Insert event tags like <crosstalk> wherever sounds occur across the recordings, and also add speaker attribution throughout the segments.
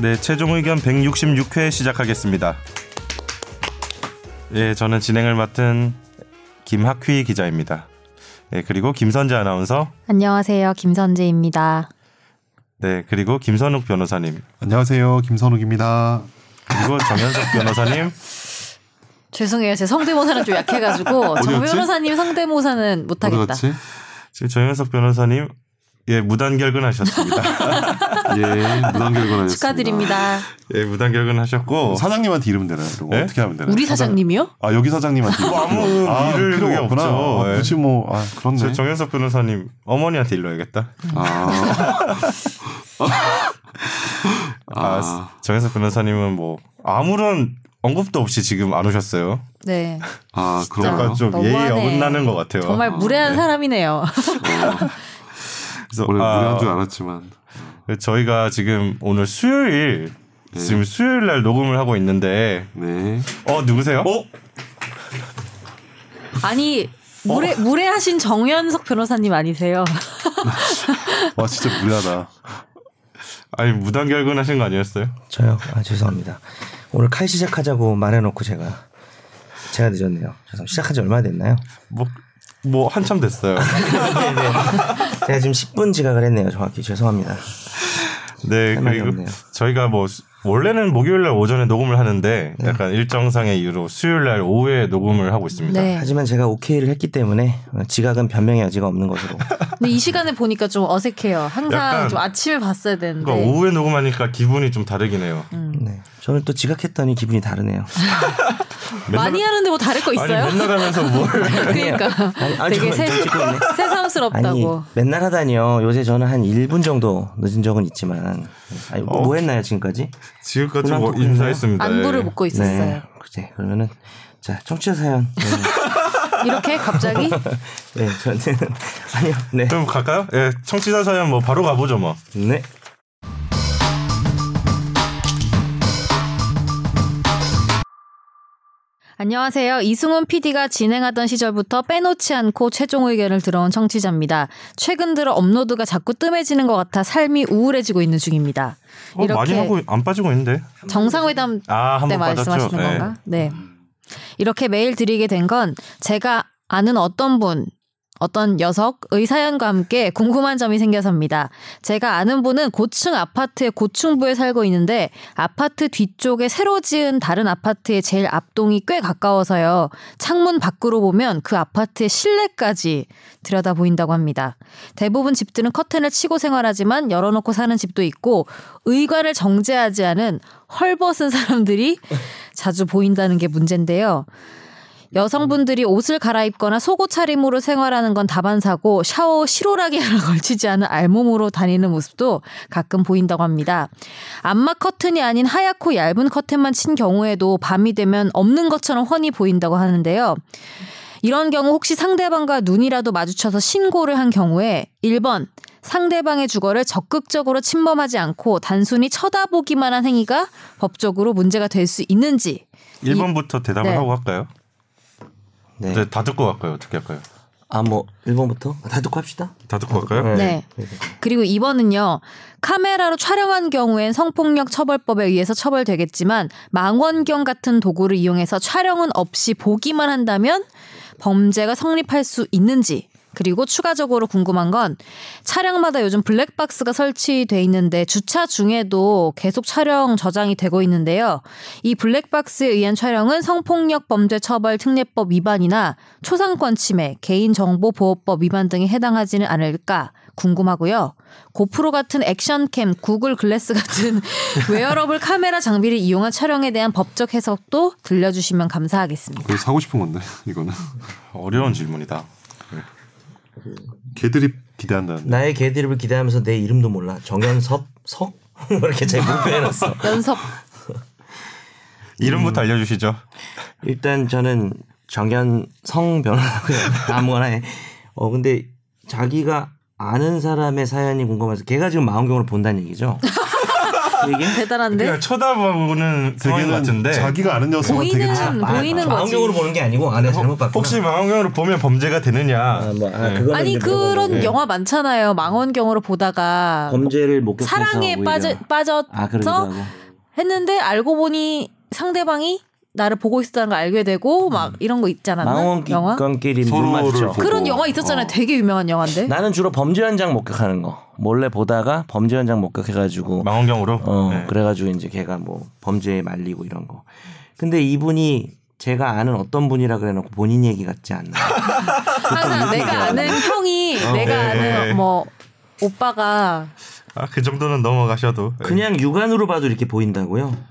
Speaker 1: 네, 최종 의견 166회 시작하겠습니다. 예, 저는 진행을 맡은 김학휘 기자입니다. 예, 그리고 김선재 아나운서,
Speaker 2: 안녕하세요. 김선재입니다.
Speaker 1: 네, 그리고 김선욱 변호사님,
Speaker 3: 안녕하세요. 김선욱입니다.
Speaker 1: 그리고
Speaker 3: <laughs>
Speaker 1: 정현석 변호사님.
Speaker 2: 죄송해요. 제 성대모사는 좀 약해가지고 정
Speaker 3: 어디였지?
Speaker 2: 변호사님 성대모사는
Speaker 3: 어디
Speaker 2: 못하겠다.
Speaker 3: 갔지?
Speaker 1: 지금 정현석 변호사님, 예, 무단
Speaker 3: <laughs>
Speaker 1: 결근하셨습니다.
Speaker 3: 예, 무단 결근하셨습니다. 어,
Speaker 2: 축하드립니다.
Speaker 1: 예, 무단 결근하셨고.
Speaker 3: 사장님한테 이름면 되나요? 이거
Speaker 1: 예?
Speaker 3: 어떻게 하면 되나요?
Speaker 2: 우리 사장님이요?
Speaker 3: 아, 여기 사장님한테.
Speaker 1: 뭐 아무
Speaker 3: 이름. 아,
Speaker 1: 일을
Speaker 3: 필요
Speaker 1: 그게
Speaker 3: 없구나.
Speaker 1: 없죠.
Speaker 3: 아,
Speaker 1: 예.
Speaker 3: 굳이 뭐, 아, 그렇네.
Speaker 1: 저 정현석 변호사님 어머니한테 일러야겠다.
Speaker 3: 아.
Speaker 1: <laughs> 아,
Speaker 3: 아,
Speaker 1: 정현석 변호사님은 뭐 아무런 언급도 없이 지금 안 오셨어요.
Speaker 2: 네.
Speaker 3: 아
Speaker 1: 약간 그러니까
Speaker 3: 그런가요?
Speaker 1: 좀
Speaker 2: 너무하네.
Speaker 1: 예의 어긋나는 것 같아요.
Speaker 2: 정말
Speaker 3: 아,
Speaker 2: 무례한
Speaker 3: 네.
Speaker 2: 사람이네요. <laughs>
Speaker 1: 그래서
Speaker 3: 원래
Speaker 1: 아,
Speaker 3: 무례한 줄 알았지만.
Speaker 1: 저희가 지금 오늘 수요일
Speaker 4: 네.
Speaker 1: 지금 수요일 날 녹음을 하고 있는데
Speaker 3: 네.
Speaker 1: 어 누구세요? 어?
Speaker 2: 아니 무례 무례하신 정현석 변호사님 아니세요?
Speaker 3: 와, 진짜 무례하다.
Speaker 1: 아니 무단 결근하신 거 아니었어요?
Speaker 4: 저요? 아 죄송합니다. 오늘 칼 시작하자고 말해놓고 제가 제가 늦었네요. 죄송. 시작한 지 얼마 됐나요?
Speaker 1: 뭐 뭐 한참 됐어요.
Speaker 4: 제가 지금 10분 지각을 했네요. 정확히 죄송합니다. <laughs>
Speaker 1: 네
Speaker 4: 할 말이
Speaker 1: 그리고
Speaker 4: 없네요.
Speaker 1: 저희가 뭐 수- 원래는 목요일 날 오전에 녹음을 하는데
Speaker 4: 네.
Speaker 1: 약간 일정상의 이유로 수요일 날 오후에 녹음을 하고 있습니다.
Speaker 2: 네.
Speaker 4: 하지만 제가 오케이를 했기 때문에 어, 지각은 변명의 여지가 없는 것으로.
Speaker 2: <laughs> 근데 이 시간에 보니까 좀 어색해요. 항상
Speaker 1: 약간-
Speaker 2: 좀 아침에 봤어야 되는데.
Speaker 1: 그러니까 오후에 녹음하니까 기분이 좀 다르긴 해요.
Speaker 2: 음.
Speaker 4: 네. 저는 또 지각했더니 기분이 다르네요.
Speaker 2: 많이 하는데 뭐 다를 거 있어요?
Speaker 1: 아니 맨날 하면서 뭘?
Speaker 2: <laughs>
Speaker 4: <laughs>
Speaker 2: 그러니까
Speaker 4: 아니, 아니,
Speaker 2: 되게
Speaker 4: 잠깐만,
Speaker 2: 새,
Speaker 4: 저 찍고 있네. 아니
Speaker 2: 새삼스럽다고.
Speaker 4: 맨날 하다니요. 요새 저는 한 1분 정도 늦은 적은 있지만 아니, 뭐,
Speaker 1: 어.
Speaker 4: 뭐 했나요 지금까지?
Speaker 1: 지금까지
Speaker 4: 그만
Speaker 1: 뭐
Speaker 4: 또
Speaker 1: 인사했습니다.
Speaker 2: 안부를
Speaker 1: 예.
Speaker 2: 묻고 있었어요.
Speaker 4: 네. 그래 그러면은 자 청취자 사연.
Speaker 2: 이렇게 갑자기
Speaker 4: 네, 네 저는 <laughs> 아니요. 네.
Speaker 1: 그럼 갈까요? 예, 청취자 사연 뭐 바로 가보죠 뭐.
Speaker 4: 네.
Speaker 2: 안녕하세요. 이승훈 PD가 진행하던 시절부터 빼놓지 않고 최종 의견을 들어온 청취자입니다. 최근 들어 업로드가 자꾸 뜸해지는 것 같아 삶이 우울해지고 있는 중입니다.
Speaker 1: 어, 많이
Speaker 2: 이렇게-
Speaker 1: 하고 안 빠지고 있는데.
Speaker 2: 정상회담
Speaker 1: 아,
Speaker 2: 때
Speaker 1: 한번
Speaker 2: 네, 말씀하시는
Speaker 1: 빠졌죠. 예.
Speaker 2: 건가? 네. 이렇게 메일 드리게 된 건 제가 아는 어떤 분, 어떤 녀석의 사연과 함께 궁금한 점이 생겨서입니다. 제가 아는 분은 고층 아파트의 고층부에 살고 있는데 아파트 뒤쪽에 새로 지은 다른 아파트의 제일 앞동이 꽤 가까워서요. 창문 밖으로 보면 그 아파트의 실내까지 들여다 보인다고 합니다. 대부분 집들은 커튼을 치고 생활하지만 열어놓고 사는 집도 있고 의관을 정제하지 않은 헐벗은 사람들이 자주 보인다는 게 문제인데요. 여성분들이 옷을 갈아입거나 속옷 차림으로 생활하는 건 다반사고 샤워 실오라기 하나 <laughs> 걸치지 않은 알몸으로 다니는 모습도 가끔 보인다고 합니다. 안마 커튼이 아닌 하얗고 얇은 커튼만 친 경우에도 밤이 되면 없는 것처럼 훤히 보인다고 하는데요. 이런 경우 혹시 상대방과 눈이라도 마주쳐서 신고를 한 경우에 1번 상대방의 주거를 적극적으로 침범하지 않고 단순히 쳐다보기만 한 행위가 법적으로 문제가 될 수 있는지
Speaker 1: 1번부터 대답을
Speaker 2: 네.
Speaker 1: 하고 할까요?
Speaker 4: 네.
Speaker 1: 네, 다 듣고 갈까요? 어떻게 할까요?
Speaker 4: 아, 뭐 1번부터? 다 듣고 합시다.
Speaker 1: 다 듣고 갈까요?
Speaker 2: 네. 그리고 2번은요. 카메라로 촬영한 경우엔 성폭력 처벌법에 의해서 처벌되겠지만 망원경 같은 도구를 이용해서 촬영은 없이 보기만 한다면 범죄가 성립할 수 있는지 그리고 추가적으로 궁금한 건 차량마다 요즘 블랙박스가 설치돼 있는데 주차 중에도 계속 촬영 저장이 되고 있는데요. 이 블랙박스에 의한 촬영은 성폭력 범죄 처벌 특례법 위반이나 초상권 침해, 개인정보보호법 위반 등에 해당하지는 않을까 궁금하고요. 고프로 같은 액션캠, 구글 글래스 같은 <laughs> 웨어러블 카메라 장비를 이용한 촬영에 대한 법적 해석도 들려주시면 감사하겠습니다.
Speaker 3: 그래서 사고 싶은 건데, 이거는.
Speaker 1: 어려운
Speaker 4: 음.
Speaker 1: 질문이다.
Speaker 3: 개드립 기대한다는데.
Speaker 4: 나의 개드립을 기대하면서 내 이름도 몰라. 정연섭 석 <laughs> 뭐 이렇게 잘 못해놨어.
Speaker 2: 연섭
Speaker 1: 이름부터 알려주시죠.
Speaker 4: 일단 저는 정연성 변호사고요. <laughs> 아무거나 해. 어 근데 자기가 아는 사람의 사연이 궁금해서 걔가 지금 마음경으로 본다는 얘기죠.
Speaker 5: 얘기? 그러니까
Speaker 2: 대단한데?
Speaker 1: 그냥 쳐다보는 되게 같은데.
Speaker 3: 되게는 자기가 아는 녀석은 되게
Speaker 2: 보이는
Speaker 3: 참-
Speaker 5: 아,
Speaker 2: 보이는 거지.
Speaker 5: 망원경으로 보는 게 아니고 아내 잘못 봤구나.
Speaker 1: 혹시 망원경으로 보면 범죄가 되느냐?
Speaker 4: 음.
Speaker 5: 아, 뭐, 아,
Speaker 1: 네.
Speaker 5: 그거는 네.
Speaker 2: 아니
Speaker 5: 이제 물어보고.
Speaker 2: 그런
Speaker 1: 예.
Speaker 2: 영화 많잖아요. 망원경으로 보다가
Speaker 4: 범죄를 목격해서
Speaker 2: 사랑에
Speaker 4: 오히려-
Speaker 2: 빠져 빠져서
Speaker 4: 아 그러기도 하고
Speaker 2: 했는데 알고 보니 상대방이 나를 보고 있었다는 걸 알게 되고
Speaker 4: 음.
Speaker 2: 막 이런 거 있지 않았나? 영화?
Speaker 4: 망원경끼리 눈
Speaker 3: 서로를
Speaker 4: 맞죠.
Speaker 3: 보고.
Speaker 2: 그런 영화 있었잖아요.
Speaker 4: 어.
Speaker 2: 되게 유명한 영화인데.
Speaker 4: 나는 주로 범죄 현장 목격하는 거 몰래 보다가 범죄 현장 목격해가지고
Speaker 1: 망원경으로.
Speaker 4: 어
Speaker 1: 네.
Speaker 4: 그래가지고 이제 걔가 뭐 범죄에 말리고 이런 거. 근데 이분이 제가 아는 어떤 분이라 그래놓고 본인 얘기 같지
Speaker 1: <laughs>
Speaker 4: 않나.
Speaker 1: 네.
Speaker 4: 그
Speaker 2: 항상 내가 아는 형이 내가
Speaker 4: 네.
Speaker 2: 아는 뭐 오빠가
Speaker 1: 아, 그 정도는 넘어가셔도. 네.
Speaker 4: 그냥 육안으로 봐도 이렇게 보인다고요.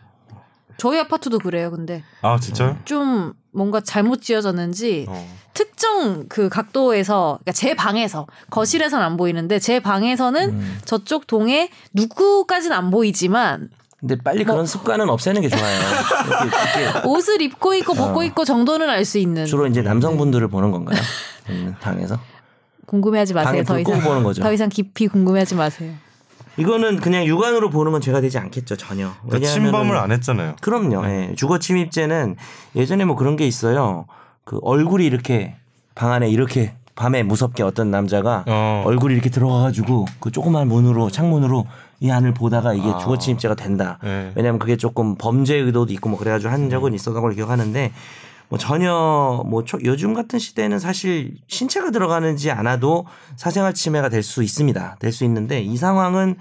Speaker 2: 저희 아파트도 그래요. 근데
Speaker 1: 아 진짜요?
Speaker 2: 좀 뭔가 잘못 지어졌는지
Speaker 1: 어.
Speaker 2: 특정 그 각도에서 그러니까 제 방에서 거실에선 안 보이는데 제 방에서는
Speaker 4: 음.
Speaker 2: 저쪽 동에 누구까진 안 보이지만
Speaker 4: 근데 빨리 그런 습관은 없애는 게 좋아요. 이렇게, 이렇게
Speaker 2: 옷을 입고 있고 벗고 있고 정도는 알 수 있는
Speaker 4: <laughs> 아. 주로 이제 남성분들을 보는 건가요? 음, 방에서
Speaker 2: 궁금해하지 마세요.
Speaker 4: 방에
Speaker 2: 더
Speaker 4: 불 끄고
Speaker 2: 이상
Speaker 4: 보는 거죠.
Speaker 2: 더 이상 깊이 궁금해하지 마세요.
Speaker 4: 이거는 그냥 육안으로 보는 건 죄가 되지 않겠죠 전혀.
Speaker 1: 그러니까
Speaker 4: 왜냐하면은-
Speaker 1: 침범을 안 했잖아요. 네.
Speaker 4: 그럼요. 예. 주거 침입죄는 예전에 뭐 그런 게 있어요. 그 얼굴이 이렇게 방 안에 이렇게 밤에 무섭게 어떤 남자가
Speaker 1: 어.
Speaker 4: 얼굴이 이렇게 들어가가지고 그 조그만 문으로 창문으로 이 안을 보다가 이게 주거 침입죄가 된다.
Speaker 1: 네.
Speaker 4: 왜냐하면 그게 조금 범죄 의도도 있고 뭐 그래가지고 한 적은 있었던 걸 기억하는데 뭐 전혀 뭐 초- 요즘 같은 시대에는 사실 신체가 들어가는지 않아도 사생활 침해가 될 수 있습니다. 될 수 있는데 이 상황은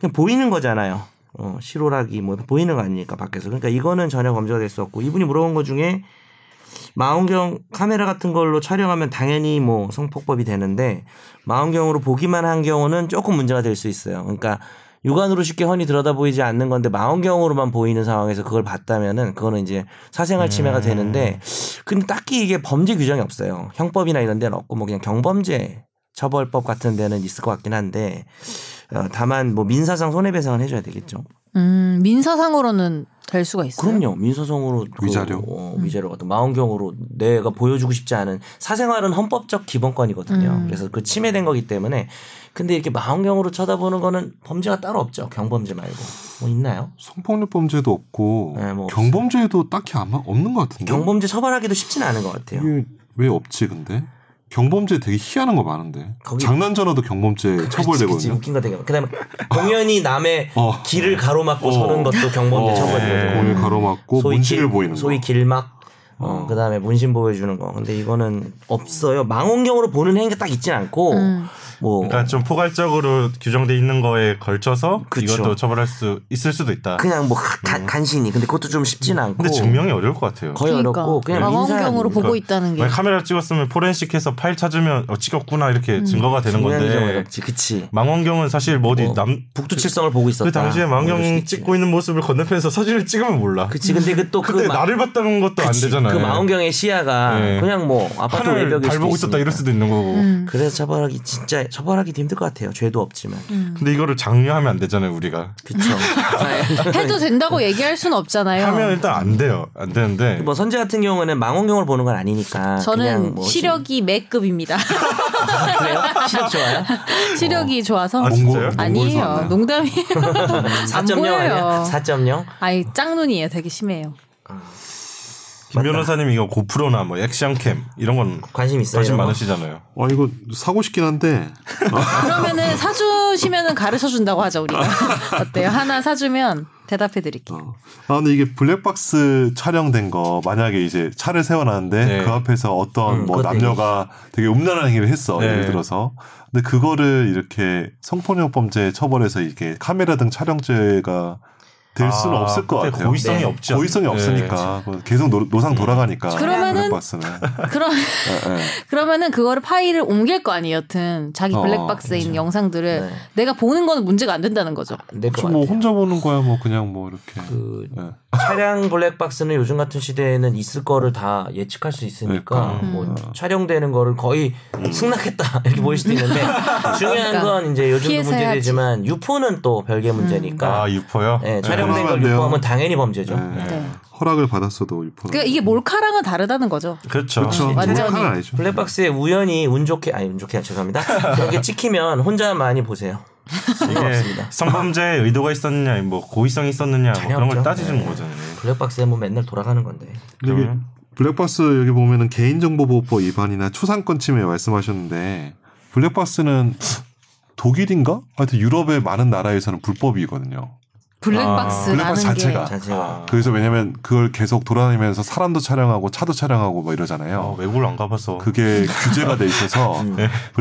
Speaker 4: 그냥 보이는 거잖아요. 어, 실오라기 뭐 보이는 거 아닙니까 밖에서. 그러니까 이거는 전혀 범죄가 될 수 없고 이분이 물어본 것 중에 망원경 카메라 같은 걸로 촬영하면 당연히 뭐 성폭법이 되는데 망원경으로 보기만 한 경우는 조금 문제가 될 수 있어요. 그러니까 육안으로 쉽게 흔히 들여다보이지 않는 건데 망원경으로만 보이는 상황에서 그걸 봤다면은 그거는 이제 사생활 침해가 되는데 근데 딱히 이게 범죄 규정이 없어요. 형법이나 이런 데는 없고 뭐 그냥 경범죄 처벌법 같은 데는 있을 것 같긴 한데 어, 다만 뭐 민사상 손해배상은 해줘야 되겠죠.
Speaker 2: 음 민사상으로는 될 수가 있어요.
Speaker 4: 그럼요. 민사성으로 그,
Speaker 3: 위자료.
Speaker 4: 어,
Speaker 2: 음.
Speaker 4: 위자료 같은 망원경으로 내가 보여주고 싶지 않은 사생활은 헌법적 기본권이거든요.
Speaker 2: 음.
Speaker 4: 그래서 그 침해된 거기 때문에 근데 이렇게 망원경으로 쳐다보는 거는 범죄가 따로 없죠. 경범죄 말고 뭐 있나요?
Speaker 3: 성폭력 범죄도 없고
Speaker 4: 네, 뭐 없어요.
Speaker 3: 경범죄도 딱히 아마 없는 것 같은데.
Speaker 4: 경범죄 처벌하기도 쉽지는 않은 것 같아요.
Speaker 3: 이게 왜 없지 근데? 경범죄 되게 희한한 거 많은데.
Speaker 4: 거기-
Speaker 3: 장난 전화도 경범죄
Speaker 4: 그치,
Speaker 3: 처벌되거든요.
Speaker 4: 웃긴 거 되게 많아. 그다음에 공연히 남의
Speaker 3: <laughs> 어.
Speaker 4: 길을 가로막고
Speaker 3: 어.
Speaker 4: 서는 것도 경범죄
Speaker 1: 예.
Speaker 4: 처벌이거든요.
Speaker 3: 공을 가로막고
Speaker 4: 소위
Speaker 3: 문신을
Speaker 4: 길-
Speaker 3: 보이는 거.
Speaker 4: 소위 길막 어,
Speaker 3: 어.
Speaker 4: 그다음에 문신 보여주는 거 근데 이거는 없어요 망원경으로 보는 행위가 딱 있진 않고
Speaker 2: 음.
Speaker 4: 뭐
Speaker 1: 그러니까 좀 포괄적으로 규정돼 있는 거에 걸쳐서
Speaker 4: 그쵸.
Speaker 1: 이것도 처벌할 수 있을 수도 있다.
Speaker 4: 그냥 뭐 가- 가- 간신히 근데 그것도 좀 쉽진 않고
Speaker 1: 그러니까. 음. 근데 증명이 어려울 것 같아요.
Speaker 4: 거의 어렵고 그냥
Speaker 2: 그러니까.
Speaker 4: 그러니까
Speaker 2: 망원경으로
Speaker 4: 민사-
Speaker 2: 보고 있다는 게
Speaker 4: 예.
Speaker 1: 만약 카메라 찍었으면 포렌식해서 파일 찾으면 어, 찍었구나 이렇게 증거가 되는
Speaker 4: 증명이 음, 좀
Speaker 1: 건데
Speaker 4: 어렵지 그치
Speaker 1: 망원경은 사실 뭐 어디
Speaker 4: 뭐,
Speaker 1: 남
Speaker 4: 북두칠성을 보고 있었다
Speaker 1: 그 당시에 망원경
Speaker 4: 모를 수 있지.
Speaker 1: 찍고 있는 모습을 건너편에서 사진을 찍으면 몰라.
Speaker 4: 그치 근데 그또그
Speaker 1: 그때 나를 봤다는 것도 안 되잖아요.
Speaker 4: 그 망원경의 시야가
Speaker 1: 네.
Speaker 4: 그냥 뭐 아파트
Speaker 1: 하늘
Speaker 4: 외벽일
Speaker 1: 달
Speaker 4: 수도
Speaker 1: 보고 있었다
Speaker 4: 있으니까. 음.
Speaker 1: 이럴 수도 있는 거고.
Speaker 4: 그래서 처벌하기 진짜 처벌하기도 힘들 것 같아요 죄도 없지만
Speaker 2: 음.
Speaker 1: 근데 이거를 장려하면 안 되잖아요 우리가.
Speaker 2: <laughs>
Speaker 4: 그쵸
Speaker 2: 해도 된다고 얘기할 순 없잖아요.
Speaker 1: 하면 일단 안 돼요. 안 되는데.
Speaker 4: 어. 뭐 선재 같은 경우는 망원경을 보는 건 아니니까
Speaker 2: 저는
Speaker 4: 그냥 뭐
Speaker 2: 시력이 매급입니다. <laughs>
Speaker 4: 시- 그래요? 시력 좋아요?
Speaker 2: 시력이 좋아서
Speaker 1: 아, 진짜요?
Speaker 3: 농구- 농구에서
Speaker 2: 아니에요.
Speaker 3: 왔나요? <laughs>
Speaker 2: 농담이에요. 안
Speaker 4: 4.0 아니야?
Speaker 2: 보여요.
Speaker 4: 4.0?
Speaker 2: 아니 짝눈이에요. 되게 심해요.
Speaker 1: 김 변호사님 이거 고프로나 뭐 액션캠 이런 건
Speaker 4: 관심 있어요?
Speaker 1: 관심
Speaker 4: 이런 거?
Speaker 1: 많으시잖아요.
Speaker 3: 아 이거 사고 싶긴 한데
Speaker 2: 그러면은 사주시면은 가르쳐 준다고 하자 우리가 <laughs> 어때요? 하나 사주면 대답해 드릴게요.
Speaker 3: 어. 아 근데 이게 블랙박스 촬영된 거 만약에 이제 차를 세워놨는데
Speaker 1: 네.
Speaker 3: 그 앞에서 어떤
Speaker 4: 음,
Speaker 3: 뭐
Speaker 4: 그것도
Speaker 3: 남녀가 되게 음란한 행위를 했어
Speaker 1: 네.
Speaker 3: 예를 들어서 근데 그거를 이렇게 성폭력 범죄 처벌해서 이렇게 카메라 등 촬영죄가 될 수는
Speaker 1: 아,
Speaker 3: 없을 것
Speaker 1: 그때
Speaker 3: 같아요.
Speaker 1: 고의성이 네,
Speaker 4: 네.
Speaker 1: 없죠.
Speaker 3: 고의성이 없으니까 그 계속 노, 노상 돌아가니까 네,
Speaker 2: 그러면은- <laughs>
Speaker 3: 블랙박스는
Speaker 2: 그럼
Speaker 3: 예, 예.
Speaker 2: 그러면은 그거를 파일을 옮길 거 아니에요. 여튼 자기
Speaker 3: 어,
Speaker 2: 블랙박스에 있는 영상들을
Speaker 4: 네.
Speaker 2: 내가 보는 거는 문제가 안 된다는 거죠.
Speaker 4: 안될것
Speaker 3: 그쵸,
Speaker 4: 같아요.
Speaker 3: 뭐 혼자 보는 거야 뭐 그냥 뭐 이렇게
Speaker 4: 그
Speaker 3: 예.
Speaker 4: 차량 블랙박스는 요즘 같은 시대에는 있을 거를 다 예측할 수 있으니까
Speaker 3: 그러니까.
Speaker 4: 뭐
Speaker 2: 음.
Speaker 4: 촬영되는 거를 거의 승낙했다 <laughs> 이렇게 보일 수도
Speaker 2: <laughs>
Speaker 4: 있는데 중요한 건 이제 요즘도
Speaker 2: 그러니까. 피해서 해야지. 음.
Speaker 4: 문제되지만 유포는 또 별개 문제니까
Speaker 1: 아 유포요?
Speaker 4: 예,
Speaker 3: 네,
Speaker 4: 촬영된 걸
Speaker 3: 그러면 안 돼요.
Speaker 4: 유포하면 당연히 범죄죠.
Speaker 3: 예.
Speaker 2: 네.
Speaker 3: 허락을 받았어도 유포.
Speaker 2: 그러니까 이게 몰카랑은 다르다는 거죠.
Speaker 1: 그렇죠.
Speaker 3: 그렇죠.
Speaker 2: 완전히.
Speaker 3: 정확한 알죠. <laughs>
Speaker 4: 블랙박스에 우연히 운 좋게 아니 운 좋게 죄송합니다. 그런 게 찍히면 혼자만이 보세요.
Speaker 1: 이게
Speaker 4: 없습니다.
Speaker 1: 예. 성범죄의 의도가 있었느냐, 뭐 고의성이 있었느냐 뭐
Speaker 4: 전혀
Speaker 1: 그런 걸
Speaker 4: 없죠.
Speaker 1: 따지는
Speaker 4: 네.
Speaker 1: 거잖아요.
Speaker 4: 블랙박스에 뭐 맨날 돌아가는 건데.
Speaker 3: 근데 이게
Speaker 1: 그러면?
Speaker 3: 블랙박스 여기 보면은 개인정보보호법 위반이나 초상권 침해 말씀하셨는데 블랙박스는 독일인가? 하여튼 유럽의 많은 나라에서는 불법이거든요.
Speaker 2: 블랙박스
Speaker 1: 아,
Speaker 2: 라는
Speaker 3: 블랙박스 자체가.
Speaker 2: 게
Speaker 4: 자체가.
Speaker 3: 그래서 왜냐면 그걸 계속 돌아다니면서 사람도 촬영하고 차도 촬영하고 뭐
Speaker 1: 아,
Speaker 3: 이러잖아요.
Speaker 1: 외국을 안 가봐서
Speaker 3: 그게 규제가 돼 <laughs> 있어서
Speaker 4: 음.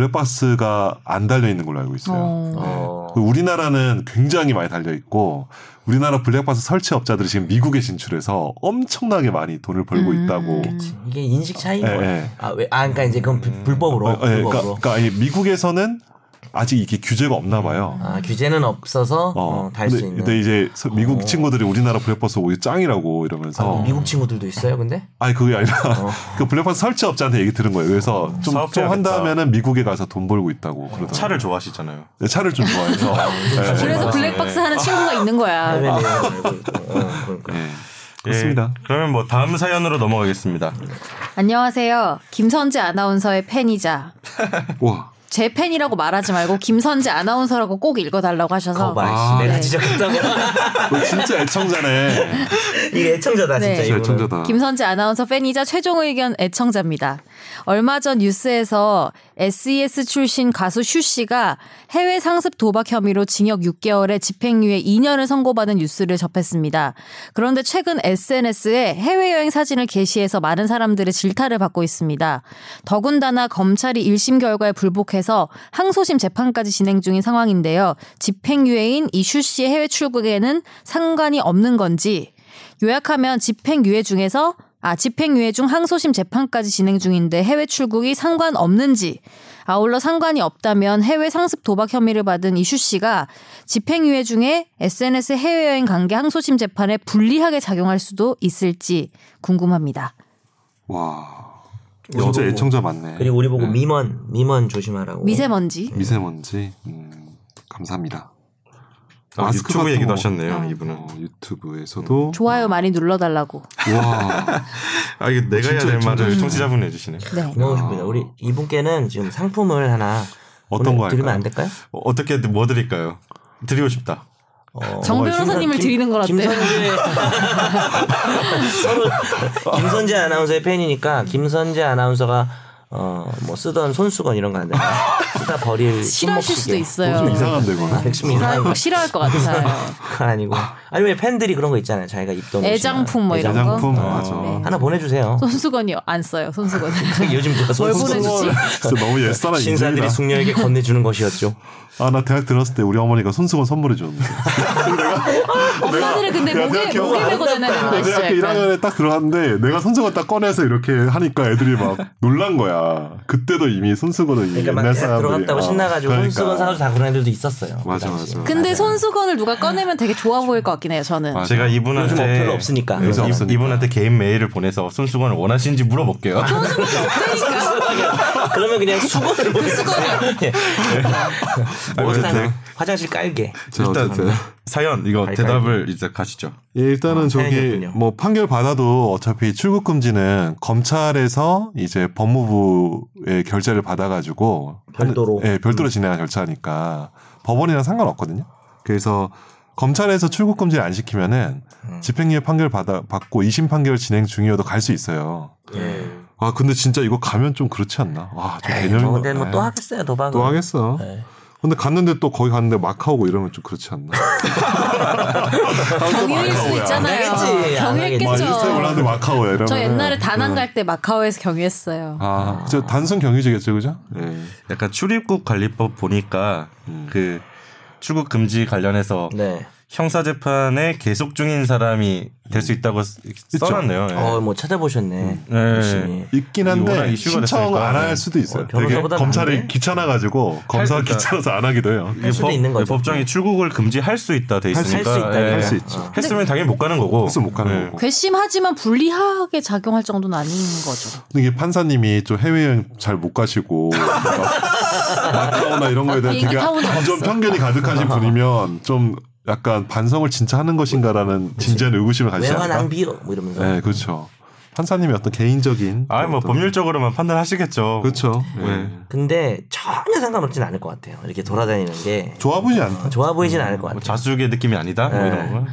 Speaker 3: 블랙박스가 안 달려 있는 걸로 알고 있어요.
Speaker 2: 어.
Speaker 4: 어.
Speaker 3: 그 우리나라는 굉장히 많이 달려 있고 우리나라 블랙박스 설치업자들이 지금 미국에 진출해서 엄청나게 많이 돈을 벌고
Speaker 2: 음.
Speaker 3: 있다고.
Speaker 2: 그치.
Speaker 4: 이게 인식 차이인
Speaker 3: 예,
Speaker 4: 거예요.
Speaker 3: 예.
Speaker 4: 아, 왜, 아, 그러니까 이제 음, 그건 불- 불법으로.
Speaker 3: 어, 예,
Speaker 4: 불법으로.
Speaker 3: 그러니까, 그러니까 아니, 미국에서는 아직 이게 규제가 없나 봐요.
Speaker 4: 아, 규제는 없어서
Speaker 3: 어,
Speaker 4: 어, 달 수
Speaker 3: 근데-
Speaker 4: 있는.
Speaker 3: 근데 이제 서- 미국
Speaker 4: 어.
Speaker 3: 친구들이 우리나라 블랙박스 오히 짱이라고
Speaker 4: 아,
Speaker 3: 이러면서.
Speaker 4: 미국 친구들도 있어요, 근데?
Speaker 3: 아니 그게 아니라 <laughs>
Speaker 4: 어.
Speaker 3: 그 블랙박스 설치업자한테 얘기 들은 거예요. 그래서 좀 좀
Speaker 1: 사업해야겠다.
Speaker 3: 한다면은 미국에 가서 돈 벌고 있다고 그러더라고요.
Speaker 1: 차를 좋아하시잖아요. 예.
Speaker 3: 네, 차를 좀 좋아해서. 네.
Speaker 2: 그래서 블랙박스 하는 친구가 있는 거야.
Speaker 4: 해외 내용을 알고 있고. 어, 그러니까.
Speaker 3: 네. 그렇습니다.
Speaker 1: 예, 그러면 뭐 다음 사연으로 넘어가겠습니다.
Speaker 2: 안녕하세요. 김선재 아나운서의 팬이자
Speaker 3: 와.
Speaker 2: 제 팬이라고 말하지 말고 김선재 아나운서라고 꼭 읽어달라고 하셔서
Speaker 4: 거봐,
Speaker 3: 아.
Speaker 4: 씨,
Speaker 2: 네.
Speaker 4: 내가 지적했다고. <laughs>
Speaker 3: 너 진짜 애청자네.
Speaker 4: 이게 애청자다,
Speaker 2: 네.
Speaker 4: 진짜.
Speaker 2: 진짜
Speaker 4: 이거는.
Speaker 3: 애청자다.
Speaker 2: 김선재 아나운서 팬이자 최종 의견 애청자입니다. 얼마 전 뉴스에서 SES 출신 가수 슈 씨가 해외 상습 도박 혐의로 징역 6개월에 집행유예 2년을 선고받은 뉴스를 접했습니다. 그런데 최근 SNS에 해외여행 사진을 게시해서 많은 사람들의 질타를 받고 있습니다. 더군다나 검찰이 1심 결과에 불복해서 항소심 재판까지 진행 중인 상황인데요. 집행유예인 이슈 씨의 해외 출국에는 상관이 없는 건지 요약하면 집행유예 중에서 아 집행유예 중 항소심 재판까지 진행 중인데 해외 출국이 상관없는지 아울러 상관이 없다면 해외 상습 도박 혐의를 받은 이슈 씨가 집행유예 중에 SNS 해외여행 관계 항소심 재판에 불리하게 작용할 수도 있을지 궁금합니다.
Speaker 3: 와.
Speaker 4: 이거
Speaker 3: 진짜
Speaker 4: 보고.
Speaker 3: 애청자 많네.
Speaker 4: 어, 그리고 우리 보고
Speaker 3: 네.
Speaker 4: 미먼, 미먼 조심하라고.
Speaker 2: 미세먼지
Speaker 3: 미세먼지. 음, 감사합니다.
Speaker 1: 아,
Speaker 3: 마스크
Speaker 1: 유튜브
Speaker 3: 같은
Speaker 1: 얘기도
Speaker 3: 거.
Speaker 1: 하셨네요,
Speaker 2: 어.
Speaker 1: 이분은.
Speaker 3: 어, 유튜브에서도
Speaker 2: 좋아요 많이 눌러달라고.
Speaker 3: 와.
Speaker 1: 아, 이게 내가 해야
Speaker 3: 진짜
Speaker 1: 될 말을
Speaker 3: 청취자분이네.
Speaker 1: 청취자분 해주시네.
Speaker 2: 네.
Speaker 4: 고마워 싶니다 우리 이분께는 지금 상품을 하나
Speaker 3: 어떤
Speaker 4: 오늘
Speaker 3: 거
Speaker 4: 드리면
Speaker 3: 할까요?
Speaker 4: 안 될까요?
Speaker 1: 어, 어떻게 뭐 드릴까요? 드리고 싶다.
Speaker 4: 어,
Speaker 2: 정 변호사님을 드리는 건 어때요? <laughs>
Speaker 4: 김선재 서로 김선재 아나운서의 팬이니까 김선재 아나운서가 어 뭐 쓰던 손수건 이런 거 안 되나? 쓰다
Speaker 2: <laughs>
Speaker 4: 버릴
Speaker 2: 싫어하실 수도
Speaker 4: 손목시계. 아,
Speaker 2: 있어요. 아,
Speaker 3: 좀 이상한데 이거는.
Speaker 4: 백신 이상한 거
Speaker 2: 싫어할, 싫어할 것 같아요.
Speaker 4: 그거 <laughs> 아니고 아니 왜 팬들이 그런 거 있잖아요. 자기가 입던 옷이나.
Speaker 2: 애장품 뭐 이런 거.
Speaker 3: 대장품
Speaker 1: 어.
Speaker 3: 맞아.
Speaker 2: 네.
Speaker 4: 하나 보내주세요.
Speaker 2: 손수건이요 안 써요 손수건.
Speaker 4: <laughs> 요즘 누가
Speaker 2: 뭘
Speaker 4: 손수건 뭐
Speaker 2: 보내주지?
Speaker 3: 진짜 너무 옛사람
Speaker 4: 신사들이
Speaker 3: 인생이다.
Speaker 4: 숙녀에게 건네주는 것이었죠.
Speaker 3: 아, 나 대학 들었을 때 우리 어머니가 손수건 선물해
Speaker 4: <laughs>
Speaker 3: 줬는데.
Speaker 2: 엄마들은 근데
Speaker 3: 네. 내가
Speaker 2: 목에
Speaker 3: 대학교 아,
Speaker 2: 목에 메고 다니는 거
Speaker 3: 대학교
Speaker 2: 있어요. 약간.
Speaker 3: 1학년에 딱 들어갔는데 내가 손수건 딱 꺼내서 이렇게 하니까 애들이 막 놀란 거야. 그때도 이미 손수건을 이미
Speaker 4: 그러니까 막
Speaker 3: 옛날 사람들이
Speaker 4: 들어갔다고
Speaker 3: 어,
Speaker 4: 신나가지고
Speaker 3: 그러니까.
Speaker 4: 손수건 사가지고 다 그런 애들도 있었어요.
Speaker 3: 맞아,
Speaker 4: 그 당시에.
Speaker 3: 맞아.
Speaker 2: 근데 손수건을 누가 꺼내면 되게 좋아 보일 것 같긴 해요. 저는.
Speaker 3: 맞아.
Speaker 1: 제가
Speaker 4: 요즘
Speaker 1: 이분한테
Speaker 4: 어플 없으니까.
Speaker 1: 네,
Speaker 3: 요즘
Speaker 1: 이-
Speaker 3: 없으니까.
Speaker 1: 이분한테 개인 메일을 보내서 손수건을 원하시는지 물어볼게요.
Speaker 4: <laughs> 그러면 그냥 수건을 보내주세요. <laughs>
Speaker 3: 네.
Speaker 4: 예.
Speaker 1: 아니,
Speaker 4: 일단
Speaker 1: 어쨌든
Speaker 4: 화장실 깔게.
Speaker 3: 자,
Speaker 1: 일단
Speaker 3: 어쨌든.
Speaker 1: 사연 이거
Speaker 4: 아니,
Speaker 1: 대답을 이제 가시죠.
Speaker 3: 예, 일단은
Speaker 4: 어,
Speaker 3: 저기
Speaker 4: 사연이었군요.
Speaker 3: 뭐 판결 받아도 어차피 출국 금지는 검찰에서 이제 법무부의 결재를 받아가지고 하는-
Speaker 4: 별도로. 음.
Speaker 3: 예, 별도로 진행한 절차니까 법원이랑 상관없거든요. 그래서 검찰에서 출국 금지를 안 시키면은
Speaker 4: 음.
Speaker 3: 집행유예 판결 받아 받고 2심 판결 진행 중이어도 갈 수 있어요.
Speaker 4: 예.
Speaker 3: 아 근데 진짜 이거 가면 좀 그렇지 않나? 아, 와좀 개념이 예,
Speaker 4: 근데 뭐또 하겠어요 도박은.
Speaker 3: 또 하겠어.
Speaker 4: 네.
Speaker 3: 근데 갔는데 또 거기 갔는데 마카오고 이러면 좀 그렇지 않나?
Speaker 2: 그러니까. 경유일 수도 있잖아요.
Speaker 3: 막
Speaker 4: 알겠지. 안 그쵸.
Speaker 3: 뭐, 인스타에
Speaker 2: 경유했겠죠.
Speaker 3: 올라왔는데 마카오야 이러면. 네.
Speaker 2: 저 옛날에 다낭 갈 때 마카오에서 경유했어요.
Speaker 3: 아, 저 단순 경유지겠죠, 그죠? 예.
Speaker 1: 약간 출입국 관리법 보니까 그 출국 금지 관련해서
Speaker 4: 음. 네.
Speaker 1: 형사 재판에 계속 중인 사람이 될 수 있다고 쓰- 써놨네요. 예.
Speaker 4: 음. 어 뭐 찾아보셨네.
Speaker 1: 네.
Speaker 4: 열심히.
Speaker 3: 있긴
Speaker 1: 워낙
Speaker 3: 한데
Speaker 1: 이슈가
Speaker 3: 신청
Speaker 1: 됐으니까.
Speaker 3: 안 할 수도 있어요.
Speaker 4: 어, 변호사보다
Speaker 3: 되게 검찰이
Speaker 4: 나은데?
Speaker 3: 귀찮아 가지고 검사가
Speaker 1: 그러니까.
Speaker 3: 귀찮아서 안 하기도 해요.
Speaker 1: 이게
Speaker 4: 수도 있는 거죠.
Speaker 1: 법정이 출국을 금지할 수 있다 돼
Speaker 4: 수
Speaker 1: 있으니까
Speaker 4: 있다, 네.
Speaker 1: 예.
Speaker 4: 할
Speaker 3: 수 있죠.
Speaker 1: 했으면 당연히 못 가는 거고.
Speaker 3: 그래서 못 가는
Speaker 1: 예.
Speaker 3: 거고.
Speaker 2: 괘씸하지만 불리하게 작용할 정도는 아닌 거죠.
Speaker 3: 근데 이게 판사님이 좀 해외여행 잘 못 가시고 <laughs> 막 마카오나 이런 거에 대한
Speaker 2: 비행기
Speaker 3: 되게
Speaker 2: 타본 적
Speaker 3: 좀 편견이 가득하신 분이면 좀 약간 반성을 진짜 하는 것인가라는 진지한 의구심을 가지지
Speaker 4: 외화
Speaker 3: 않을까?
Speaker 4: 낭비요. 뭐 이러면서.
Speaker 3: 네, 그렇죠. 판사님의 어떤 개인적인
Speaker 1: 아니 뭐
Speaker 3: 어떤-
Speaker 1: 법률적으로만 뭐. 판단하시겠죠.
Speaker 3: 그렇죠. 예.
Speaker 4: 근데 전혀 상관없진 않을 것 같아요. 이렇게 돌아다니는 게
Speaker 3: 좋아 보이지 않다.
Speaker 4: 좋아 보이진 않을 것
Speaker 1: 음. 뭐
Speaker 4: 같아요.
Speaker 1: 자수육의 느낌이 아니다. 뭐 이런
Speaker 4: 네.
Speaker 1: 거.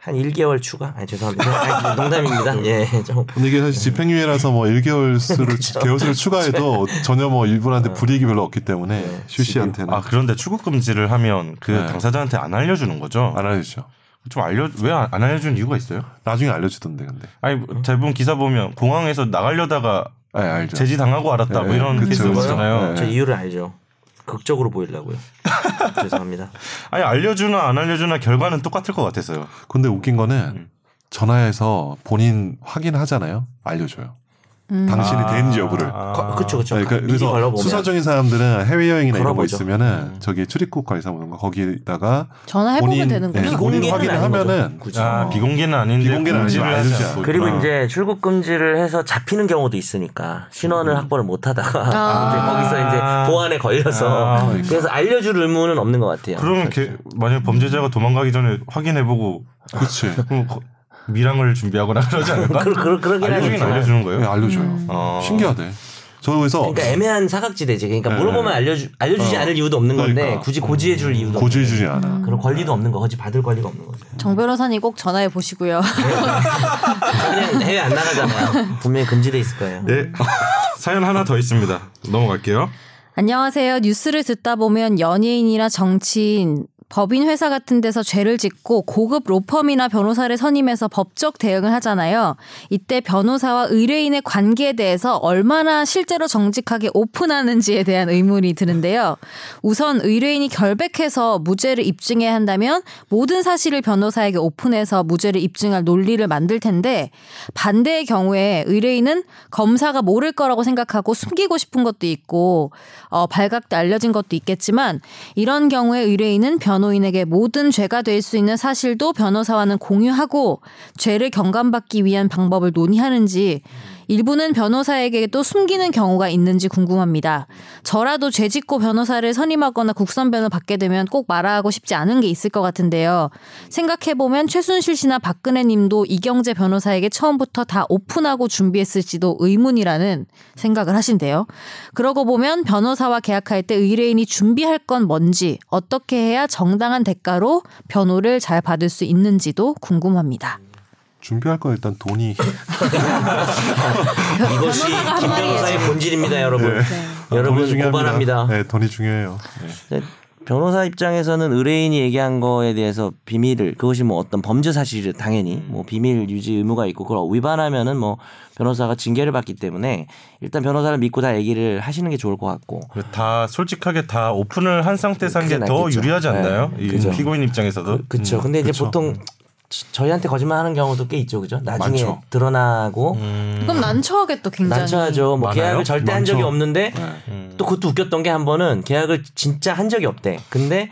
Speaker 4: 한 1개월 추가?
Speaker 1: <laughs>
Speaker 4: 아니 죄송합니다. 아니, 농담입니다. 예, 좀
Speaker 3: 근데 이게 사실 집행유예라서 뭐 1개월 수를 개월 수를 추가해도 전혀 뭐 일본한테 불이익이 별로 없기 때문에 슈
Speaker 4: 네.
Speaker 3: 씨한테는
Speaker 1: 아 그런데 출국 금지를 하면 그
Speaker 3: 네.
Speaker 1: 당사자한테 안 알려주는 거죠? 아,
Speaker 3: 안 알려주죠.
Speaker 1: 좀 알려 왜 안 알려주는 이유가 있어요?
Speaker 3: 나중에 알려주던데 근데.
Speaker 1: 아니
Speaker 4: 어?
Speaker 1: 뭐 대부분 기사 보면 공항에서 나가려다가
Speaker 3: 네, 알죠.
Speaker 1: 제지 당하고 알았다 뭐
Speaker 3: 네,
Speaker 1: 이런
Speaker 3: 그쵸,
Speaker 1: 케이스
Speaker 3: 그쵸.
Speaker 1: 있잖아요.
Speaker 4: 저
Speaker 3: 네.
Speaker 4: 이유를 알죠. 극적으로 보이려고요.
Speaker 1: <laughs>
Speaker 4: 죄송합니다.
Speaker 1: 아니 알려주나 안 알려주나 결과는 똑같을 것 같아서요.
Speaker 3: 근데 웃긴 거는
Speaker 1: 음.
Speaker 3: 전화해서 본인 확인하잖아요. 알려줘요.
Speaker 2: 음.
Speaker 3: 그 당신이
Speaker 1: 아.
Speaker 3: 되는지 여부를.
Speaker 4: 거- 그쵸 그쵸.
Speaker 3: 네, 그러니까 그래서 수사 중인 사람들은 해외 여행이나 이런 거
Speaker 4: 걸어보죠.
Speaker 3: 있으면은 저기 출입국 관리사 보는 거 거기다가
Speaker 2: 전화해보면
Speaker 3: 본인-
Speaker 2: 되는구나.
Speaker 3: 예, 본인
Speaker 4: 비공개는
Speaker 3: 확인을
Speaker 4: 아닌 거죠,
Speaker 3: 하면은
Speaker 4: 굳이. 어.
Speaker 1: 아 비공개는 아닌데
Speaker 3: 비공개는
Speaker 1: 공지를
Speaker 3: 아니지만
Speaker 1: 하지
Speaker 3: 알려주지
Speaker 1: 않고
Speaker 4: 그리고
Speaker 1: 있구나.
Speaker 4: 이제 출국 금지를 해서 잡히는 경우도 있으니까 신원을
Speaker 1: 음.
Speaker 4: 확보를
Speaker 2: 아.
Speaker 4: 못하다가 <laughs> 이제 거기서 이제 보안에 걸려서
Speaker 1: 아,
Speaker 4: 그래서 알려줄 의무는 없는 것 같아요.
Speaker 1: 그러면 걔- 만약에 범죄자가 도망가기 전에 확인해보고
Speaker 3: 그치. 예,
Speaker 1: 그럼 거- 미랑을 준비하거나 <laughs> 그러지 않을까?
Speaker 4: 그, 그, 그러긴
Speaker 1: 알려주긴
Speaker 4: 하겠지만.
Speaker 1: 알려주는 거예요.
Speaker 3: 네, 알려줘요.
Speaker 1: 어.
Speaker 3: 신기하대. 저 그래서
Speaker 4: 그러니까 애매한 사각지대지. 그러니까 물어보면 알려주 알려주지 않을 이유도 없는 건데
Speaker 3: 네. 그러니까.
Speaker 4: 굳이 고지해줄 이유도 없는
Speaker 3: 고지해주지 않아.
Speaker 4: 거예요. 그런 권리도 없는 거, 거지 받을 권리가 없는 거죠.
Speaker 2: 정 변호사님 꼭 전화해 보시고요.
Speaker 4: 그러니까 그냥 해외
Speaker 3: <laughs>
Speaker 4: 안 나가잖아요. 분명히 금지돼 있을 거예요.
Speaker 1: 네. <laughs> 사연 하나 더 있습니다. 넘어갈게요.
Speaker 2: 안녕하세요. 뉴스를 듣다 보면 연예인이나 정치인, 법인 회사 같은 데서 죄를 짓고 고급 로펌이나 변호사를 선임해서 법적 대응을 하잖아요. 이때 변호사와 의뢰인의 관계에 대해서 얼마나 실제로 정직하게 오픈하는지에 대한 의문이 드는데요. 우선 의뢰인이 결백해서 무죄를 입증해야 한다면 모든 사실을 변호사에게 오픈해서 무죄를 입증할 논리를 만들 텐데 반대의 경우에 의뢰인은 검사가 모를 거라고 생각하고 숨기고 싶은 것도 있고 어, 발각 때 알려진 것도 있겠지만 이런 경우에 의뢰인은 변호인에게 모든 죄가 될 수 있는 사실도 변호사와는 공유하고 죄를 경감받기 위한 방법을 논의하는지 일부는 변호사에게도 숨기는 경우가 있는지 궁금합니다. 저라도 죄 짓고 변호사를 선임하거나 국선변을 받게 되면 꼭 말하고 싶지 않은 게 있을 것 같은데요. 생각해보면 최순실 씨나 박근혜 님도 이경재 변호사에게 처음부터 다 오픈하고 준비했을지도 의문이라는 생각을 하신대요. 그러고 보면 변호사와 계약할 때 의뢰인이 준비할 건 뭔지, 어떻게 해야 정당한 대가로 변호를 잘 받을 수 있는지도 궁금합니다.
Speaker 3: 준비할 거 일단 돈이
Speaker 4: 이것이
Speaker 2: 변호사가 한
Speaker 4: 김
Speaker 2: 말이에요,
Speaker 4: 변호사의 본질입니다, 여러분.
Speaker 3: 돈이
Speaker 4: 여러분
Speaker 3: 네. 아, 중요합니다.
Speaker 4: 고발합니다.
Speaker 3: 네, 돈이 중요해요. 네.
Speaker 4: 근데 변호사 입장에서는 의뢰인이 얘기한 거에 대해서 비밀을 그것이 뭐 어떤 범죄 사실을 당연히 뭐 비밀 유지 의무가 있고 그걸 위반하면은 뭐 변호사가 징계를 받기 때문에 일단 변호사를 믿고 다 얘기를 하시는 게 좋을 것 같고
Speaker 1: 다 솔직하게 다 오픈을 한 상태에서 한 게 더
Speaker 4: 그렇죠. 그게 낫겠죠.
Speaker 1: 유리하지 않나요?
Speaker 4: 네.
Speaker 1: 이
Speaker 4: 그죠.
Speaker 1: 피고인 입장에서도.
Speaker 4: 그렇죠.
Speaker 1: 음.
Speaker 4: 근데 이제
Speaker 3: 그쵸.
Speaker 4: 보통 지- 저희한테 거짓말하는 경우도 꽤 있죠, 그죠? 나중에
Speaker 3: 많죠. 음.
Speaker 4: 드러나고
Speaker 2: 그럼 난처하겠다, 굉장히.
Speaker 4: 난처하죠. 뭐
Speaker 1: 많아요?
Speaker 4: 계약을 절대 한
Speaker 3: 많죠.
Speaker 4: 적이 없는데 음.
Speaker 3: 네.
Speaker 4: 또 그것도 웃겼던 게 한 번은 계약을 진짜 한 적이 없대. 근데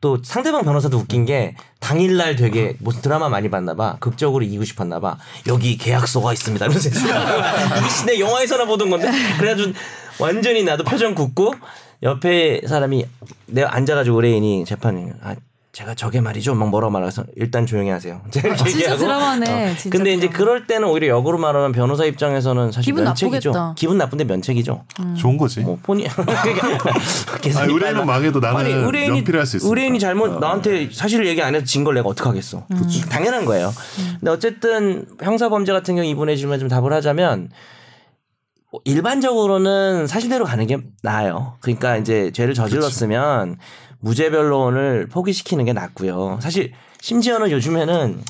Speaker 4: 또 상대방 변호사도 웃긴 게 당일날 되게 무슨 드라마 많이 봤나 봐. 극적으로 이기고 싶었나 봐. 여기 계약서가 있습니다. 이러면서 했어요. <laughs> 이게 내 영화에서나 보던 건데. 그래가지고 완전히 나도 표정 굳고 옆에 사람이 내가 앉아가지고 의뢰인이 재판에 아 제가 저게 말이죠. 막 뭐라고 말해서 일단 조용히 하세요. 제가 이렇게
Speaker 2: 아, 진짜
Speaker 4: 얘기하고.
Speaker 2: 드라마네,
Speaker 4: 어.
Speaker 2: 진짜
Speaker 4: 근데 이제
Speaker 2: 드라마.
Speaker 4: 그럴 때는 오히려 역으로 말하면 변호사 입장에서는 사실
Speaker 2: 기분
Speaker 4: 면책이죠.
Speaker 2: 나쁘겠다. 음.
Speaker 4: 기분 나쁜데 면책이죠.
Speaker 3: 좋은 거지.
Speaker 4: 뭐 폰이
Speaker 2: <laughs>
Speaker 4: 계산이
Speaker 3: 아니, 의뢰인은
Speaker 4: 빨라.
Speaker 3: 망해도 나는
Speaker 4: 아니,
Speaker 3: 면피를 할수 있으니까. 아.
Speaker 4: 의뢰인이 잘못 나한테 사실 얘기 안 해서 진 걸 내가 어떻게 하겠어
Speaker 2: 음. 그렇죠.
Speaker 4: 당연한 거예요 근데 어쨌든 형사 범죄 같은 경우 이분에 질문 좀 답을 하자면 뭐 일반적으로는 사실대로 가는 게 나아요 그러니까 이제 죄를 저질렀으면 무죄 변론을 포기시키는 게 낫고요 사실 심지어는 요즘에는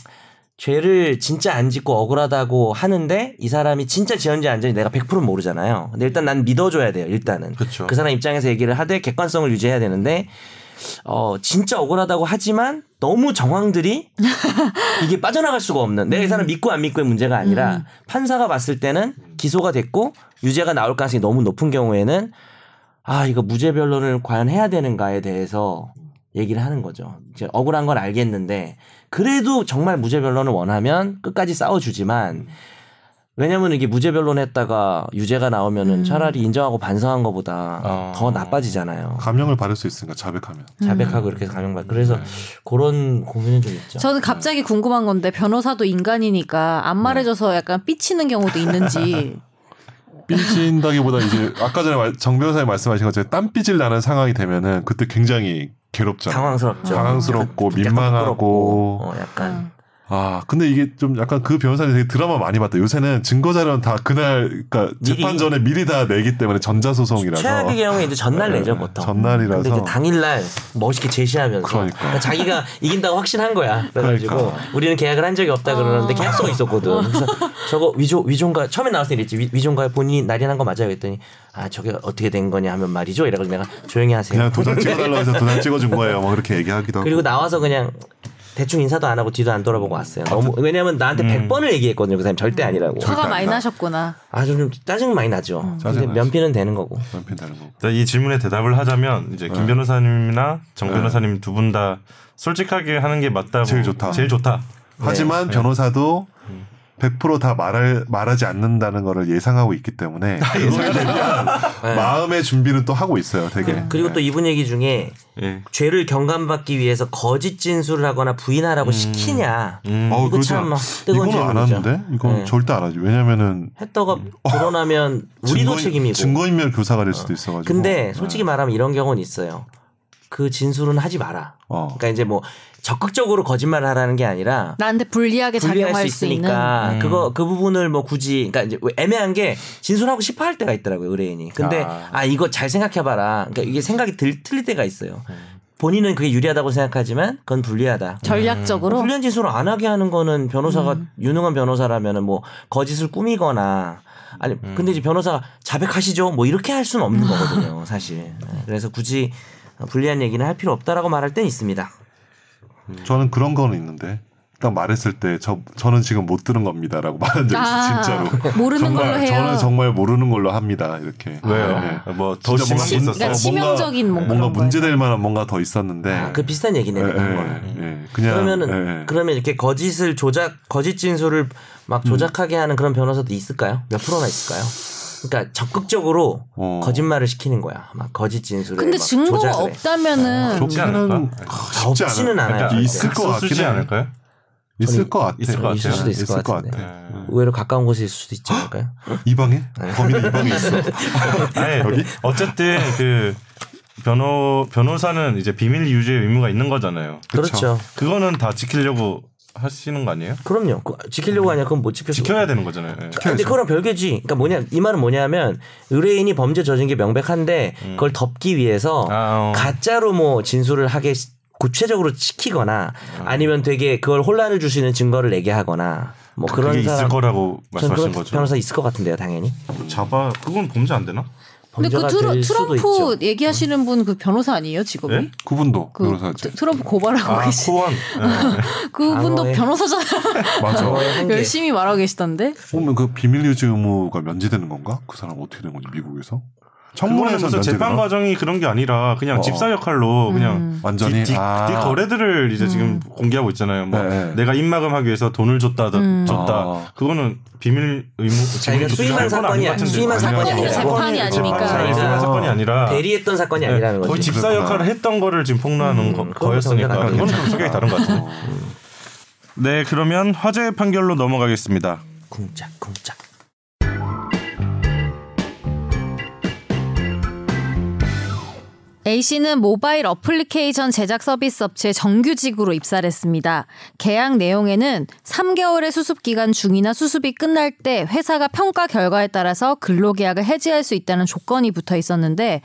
Speaker 4: 죄를 진짜 안 짓고 억울하다고 하는데 이 사람이 진짜 지었는지 안 지었는지 내가 100% 모르잖아요. 근데 일단 난 믿어줘야 돼요. 일단은
Speaker 1: 그쵸.
Speaker 4: 그 사람 입장에서 얘기를 하되 객관성을 유지해야 되는데 어 진짜 억울하다고 하지만 너무 정황들이 이게 빠져나갈 수가 없는 내가 이 사람 믿고 안 믿고의 문제가 아니라 판사가 봤을 때는 기소가 됐고 유죄가 나올 가능성이 너무 높은 경우에는 아 이거 무죄 변론을 과연 해야 되는가에 대해서 얘기를 하는 거죠. 이제 억울한 건 알겠는데 그래도 정말 무죄 변론을 원하면 끝까지 싸워주지만 왜냐면 이게 무죄 변론했다가 유죄가 나오면은
Speaker 2: 음.
Speaker 4: 차라리 인정하고 반성한 것보다
Speaker 1: 어.
Speaker 4: 더 나빠지잖아요. 음.
Speaker 3: 감형을 받을 수 있으니까 자백하면.
Speaker 4: 아. 자백하고 이렇게 감형받. 그래서 그런 고민은 좀 있죠.
Speaker 2: 저는 갑자기 궁금한 건데 변호사도 인간이니까
Speaker 4: 네.
Speaker 2: 안 말해줘서 약간 삐치는 경우도
Speaker 4: <laughs>
Speaker 2: 있는지
Speaker 3: 삐진다기보다 이제 아까 전에 말- 정 변호사님 말씀하신 것처럼 땀 삐질 나는 상황이 되면은 그때 굉장히 괴롭잖아요.
Speaker 4: 당황스럽죠.
Speaker 3: 당황스럽고
Speaker 4: 약간
Speaker 3: 민망하고.
Speaker 4: 부끄럽고, 어, 약간
Speaker 3: 아 근데 이게 좀 약간 그 변호사님 되게 드라마 많이 봤다. 요새는 증거 자료는 다 그날 그러니까
Speaker 4: 미리.
Speaker 3: 재판 전에 미리 다 내기 때문에 전자 소송이라서
Speaker 4: 최악의 경우에 이제 전날
Speaker 3: 네,
Speaker 4: 내죠 보통.
Speaker 3: 전날이라서.
Speaker 4: 근데 이제 당일날 멋있게 제시하면서
Speaker 3: 그러니까.
Speaker 4: 자기가 이긴다고 확신한 거야. 그래가지고 우리는 계약을 한 적이 없다 그러는데 계약서가 있었거든. 그래서 저거 위조 위조인가 처음에 나왔을 때 이랬지 위- 위조인가요? 본인이 날인한 거 맞아요? 그랬더니 아 저게 어떻게 된 거냐 하면 말이죠. 이래가지고 내가 조용히 하세요.
Speaker 3: 그냥 도장 찍어달라고 해서 도장 찍어준 거예요. 막 그렇게 얘기하기도 하고.
Speaker 4: 그리고 나와서 그냥 대충 인사도 안 하고 뒤도 안 돌아보고 왔어요. 너무 왜냐면 나한테
Speaker 3: 음.
Speaker 4: 100번을 얘기했거든요. 그 사람이 절대 아니라고.
Speaker 2: 화가
Speaker 3: 절대
Speaker 2: 많이
Speaker 3: 아니다.
Speaker 2: 나셨구나.
Speaker 4: 아주 좀 짜증 많이 나죠. 근데
Speaker 3: 음. 짜증 나죠.
Speaker 4: 면피는 되는 거고.
Speaker 3: 남편 다른 거.
Speaker 1: 일단 이 질문에 대답을 하자면 이제 김 변호사님이나 정 변호사님 두 분 다 솔직하게 하는 게 맞다고
Speaker 3: 제일 좋다.
Speaker 1: 네. 제일 좋다.
Speaker 4: 네.
Speaker 3: 하지만 변호사도
Speaker 4: 음.
Speaker 3: 100%다 말을 말하지 않는다는 거를 예상하고 있기
Speaker 4: <laughs>
Speaker 3: 때문에
Speaker 4: 아,
Speaker 3: 그거에 대한 마음의 준비는 또 하고 있어요. 되게.
Speaker 4: 네. 그리고 또 이분 얘기 중에
Speaker 1: 예.
Speaker 4: 죄를 경감받기 위해서 거짓 진술을 하거나 부인하라고 시키냐.
Speaker 3: 음. 어,
Speaker 4: 이거
Speaker 3: 그러지
Speaker 4: 참
Speaker 3: 않-
Speaker 4: 뜨거운
Speaker 3: 이거는 안
Speaker 4: 질문이죠.
Speaker 3: 하는데 이건
Speaker 4: 네.
Speaker 3: 절대 안 하지. 왜냐면은
Speaker 4: 했다가 드러나면 우리도
Speaker 3: 어, 증거인- 뭐. 네.
Speaker 4: 책임이고.
Speaker 3: 증거인멸 교사가 될 수도 있어가지고.
Speaker 4: 근데 솔직히 말하면 이런 경우는 있어요. 그 진술은 하지 마라.
Speaker 3: 어.
Speaker 4: 그러니까 이제 뭐 적극적으로 거짓말을 하라는 게 아니라
Speaker 2: 나한테 불리하게
Speaker 4: 분리할
Speaker 2: 작용할
Speaker 4: 수
Speaker 2: 수, 있는.
Speaker 4: 있으니까
Speaker 3: 음.
Speaker 4: 그거 그 부분을 뭐 굳이 그러니까 이제 애매한 게 진술하고 싶어 할 때가 있더라고요 의뢰인이 근데
Speaker 1: 아.
Speaker 4: 아, 이거 잘 생각해봐라 그러니까 이게 생각이 들, 틀릴 때가 있어요
Speaker 3: 음.
Speaker 4: 본인은 그게 유리하다고 생각하지만 그건 불리하다
Speaker 2: 전략적으로 아,
Speaker 4: 불리한 진술을 안 하게 하는 거는 변호사가
Speaker 2: 음.
Speaker 4: 유능한 변호사라면은 뭐 거짓을 꾸미거나 아니
Speaker 3: 음.
Speaker 4: 근데 이제 변호사가 자백하시죠 뭐 이렇게 할 수는
Speaker 2: 아.
Speaker 4: 없는 거거든요 사실 네. 그래서 굳이 불리한 얘기는 할 필요 없다라고 말할 땐 있습니다
Speaker 3: 저는 그런 건 있는데 딱 말했을 때 저 저는 지금 못 들은 겁니다라고 <laughs> 말한 적
Speaker 2: 아,
Speaker 3: 있어요 진짜로.
Speaker 2: 모르는
Speaker 3: 정말
Speaker 2: 걸로 해요.
Speaker 3: 저는 정말 모르는 걸로 합니다 이렇게.
Speaker 1: 왜요?
Speaker 3: 네.
Speaker 1: 뭐 더
Speaker 3: 진짜
Speaker 1: 심한 게
Speaker 3: 심-
Speaker 1: 있었어.
Speaker 2: 그러니까 치명적인 뭔가
Speaker 3: 뭔가
Speaker 2: 그런 거예요.
Speaker 3: 문제될 만한 뭔가 더 있었는데.
Speaker 4: 아, 그 비슷한 얘기네
Speaker 3: 예,
Speaker 4: 그런
Speaker 3: 예,
Speaker 4: 거는.
Speaker 3: 예. 그냥
Speaker 4: 그러면은
Speaker 3: 예, 예.
Speaker 4: 그러면 이렇게 거짓을 조작 거짓 진술을 막
Speaker 3: 음.
Speaker 4: 조작하게 하는 그런 변호사도 있을까요? 몇 프로나 있을까요? 그러니까 적극적으로
Speaker 3: 어.
Speaker 4: 거짓말을 시키는 거야. 막 거짓 진술을
Speaker 2: 근데
Speaker 4: 막
Speaker 2: 증거가
Speaker 4: 조작을 해.
Speaker 2: 없다면은
Speaker 1: 그렇지
Speaker 3: 좋게는
Speaker 1: 않을까?
Speaker 3: 쉽지
Speaker 4: 없지는
Speaker 3: 않아요.
Speaker 4: 않아요.
Speaker 3: 있을 것 같긴
Speaker 1: 쓰지
Speaker 3: 해.
Speaker 1: 네. 않을까요?
Speaker 3: 있을 것 같아.
Speaker 1: 있을 것
Speaker 4: 있을
Speaker 1: 같아요. 음.
Speaker 4: 수도 있을, 것 같은데. 음. 의외로 가까운 곳에 있을 수도 있지 않을까요?
Speaker 3: 이 방에
Speaker 4: 네.
Speaker 3: 범인은 이 방에
Speaker 4: <laughs>
Speaker 3: 있어.
Speaker 1: 아니, 어쨌든 그 변호 변호사는 이제 비밀 유지 의무가 있는 거잖아요.
Speaker 4: 그렇죠.
Speaker 1: 그거는 다 지키려고 하시는 거 아니에요?
Speaker 4: 그럼요. 그- 지키려고 하냐? 그건 못 지켜.
Speaker 1: 지켜야 되는 거잖아요. 예.
Speaker 4: 근데 그거랑 별개지. 그러니까 뭐냐 이 말은 뭐냐면 의뢰인이 범죄 저지른 게 명백한데 그걸 덮기 위해서
Speaker 1: 음. 아, 어.
Speaker 4: 가짜로 뭐 진술을 하게 시- 구체적으로 시키거나 아니면 되게 그걸 혼란을 줄 수 있는 증거를 내게 하거나 뭐 그런
Speaker 1: 그게 있을
Speaker 4: 사람
Speaker 1: 거라고
Speaker 4: 저는
Speaker 1: 말씀하신
Speaker 4: 그런
Speaker 1: 거죠.
Speaker 4: 변호사 있을 것 같은데요, 당연히.
Speaker 1: 잡아 그건 범죄 안 되나?
Speaker 2: 근데 그
Speaker 4: 범죄가
Speaker 2: 트러,
Speaker 4: 될 수도 있죠.
Speaker 2: 트럼프 얘기하시는 분 그 변호사 아니에요 직업이?
Speaker 1: 네?
Speaker 3: 그분도
Speaker 2: 그
Speaker 3: 변호사죠.
Speaker 2: 트- 트럼프 고발하고
Speaker 1: 아
Speaker 2: 계신
Speaker 1: 코원.
Speaker 4: <laughs>
Speaker 1: 예.
Speaker 2: <laughs> 그분도
Speaker 4: 과거에.
Speaker 2: 변호사잖아요.
Speaker 3: 맞아.
Speaker 4: 저의 한계.
Speaker 2: 열심히 말하고 계시던데.
Speaker 3: 그러면 그 비밀 유지 의무가 면제되는 건가? 그 사람 어떻게 된 거지 미국에서?
Speaker 1: 그거는
Speaker 3: 청문회에서
Speaker 1: 그래서 재판
Speaker 3: 면제되나?
Speaker 1: 과정이 그런 게 아니라 그냥
Speaker 3: 어.
Speaker 1: 집사 역할로
Speaker 2: 음.
Speaker 1: 그냥
Speaker 3: 완전히
Speaker 1: 뒤, 뒤,
Speaker 3: 아.
Speaker 1: 뒤 거래들을 이제 지금 공개하고 있잖아요. 뭐
Speaker 3: 네, 네.
Speaker 1: 내가 입막음하기 위해서 돈을 줬다, 줬다.
Speaker 3: 아.
Speaker 1: 그거는 비밀 의무.
Speaker 4: 자기가
Speaker 1: 비밀
Speaker 4: 수임한
Speaker 1: 조직할 건 아닌
Speaker 4: 사건이
Speaker 1: 것
Speaker 4: 아니
Speaker 1: 같은데.
Speaker 4: 수임한 사건이
Speaker 2: 사건이에요.
Speaker 4: 아니라
Speaker 2: 재판이 아니니까.
Speaker 1: 재판이 수임한
Speaker 4: 자기가
Speaker 1: 사건이 아니라 네.
Speaker 4: 대리했던 사건이 아니라는
Speaker 1: 거의
Speaker 4: 거지. 음,
Speaker 1: 집사
Speaker 3: 그렇구나.
Speaker 1: 역할을 했던 거를 지금 폭로하는 거,
Speaker 4: 그건
Speaker 1: 거였으니까
Speaker 4: 정리가 안
Speaker 1: 그건
Speaker 4: 되겠죠.
Speaker 1: 좀 성격이 다른 것 같아요.
Speaker 4: 어.
Speaker 1: 네, 그러면 화재 판결로 넘어가겠습니다.
Speaker 4: 쿵짝 쿵짝.
Speaker 2: A씨는 모바일 어플리케이션 제작 서비스 업체 정규직으로 입사를 했습니다. 계약 내용에는 3개월의 수습 기간 중이나 수습이 끝날 때 회사가 평가 결과에 따라서 근로계약을 해지할 수 있다는 조건이 붙어 있었는데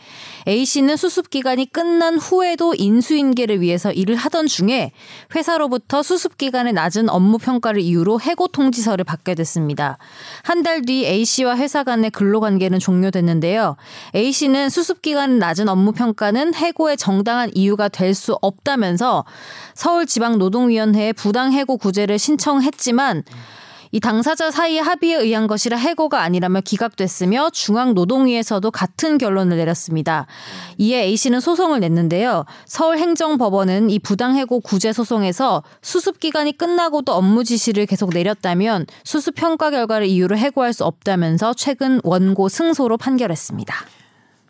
Speaker 2: A씨는 수습 기간이 끝난 후에도 인수인계를 위해서 일을 하던 중에 회사로부터 수습 기간에 낮은 업무 평가를 이유로 해고 통지서를 받게 됐습니다. 한 달 뒤 A씨와 회사 간의 근로관계는 종료됐는데요. A씨는 수습기간 낮은 업무 평가는 해고의 정당한 이유가 될 수 없다면서 서울지방노동위원회에 부당해고 구제를 신청했지만 이 당사자 사이의 합의에 의한 것이라 해고가 아니라며 기각됐으며 중앙노동위에서도 같은 결론을 내렸습니다. 이에 A씨는 소송을 냈는데요. 서울행정법원은 이 부당해고 구제 소송에서 수습기간이 끝나고도 업무 지시를 계속 내렸다면 수습평가 결과를 이유로 해고할 수 없다면서 최근 원고 승소로 판결했습니다.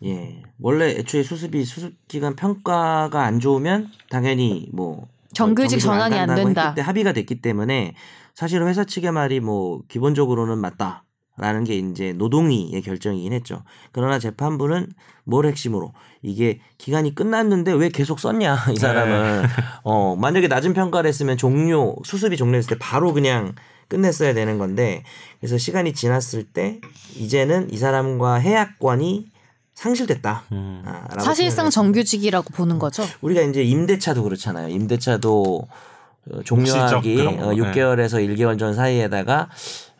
Speaker 4: 예. 원래 애초에 수습이 수습 기간 평가가 안 좋으면 당연히 뭐
Speaker 2: 정규직 전환이 안
Speaker 4: 간다고
Speaker 2: 된다.
Speaker 4: 했기 때 합의가 됐기 때문에 사실 회사 측의 말이 뭐 기본적으로는 맞다. 라는 게 이제 노동위의 결정이긴 했죠. 그러나 재판부는 뭘 핵심으로 이게 기간이 끝났는데 왜 계속 썼냐 이 사람은 어 만약에 낮은 평가를 했으면 종료 수습이 종료했을 때 바로 그냥 끝냈어야 되는 건데 그래서 시간이 지났을 때 이제는 이 사람과 해약권이 상실됐다.
Speaker 1: 음.
Speaker 4: 아, 라고
Speaker 2: 사실상
Speaker 4: 생각을 했습니다.
Speaker 2: 정규직이라고 보는 거죠.
Speaker 4: 우리가 이제 임대차도 그렇잖아요. 임대차도 어,
Speaker 1: 복지적
Speaker 4: 종료하기
Speaker 1: 그런 거. 네.
Speaker 4: 어, 6개월에서 1개월 전 사이에다가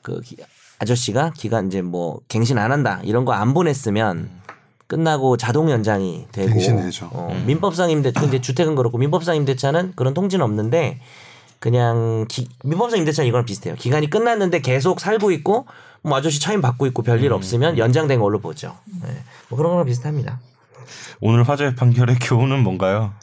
Speaker 4: 그 기- 아저씨가 기간 이제 뭐 갱신 안 한다 이런 거 안 보냈으면 끝나고 자동 연장이 되고
Speaker 3: 갱신해줘.
Speaker 4: 어, 민법상 임대 근데 주택은 그렇고 민법상 임대차는 그런 통지는 없는데 그냥 기- 민법상 임대차는 이거랑 비슷해요. 기간이 끝났는데 계속 살고 있고 뭐 아저씨 차임 받고 있고 별일
Speaker 1: 음.
Speaker 4: 없으면 연장된 걸로 보죠. 네. 뭐 그런 거랑 비슷합니다.
Speaker 1: 오늘 화재 판결의 교훈은 뭔가요?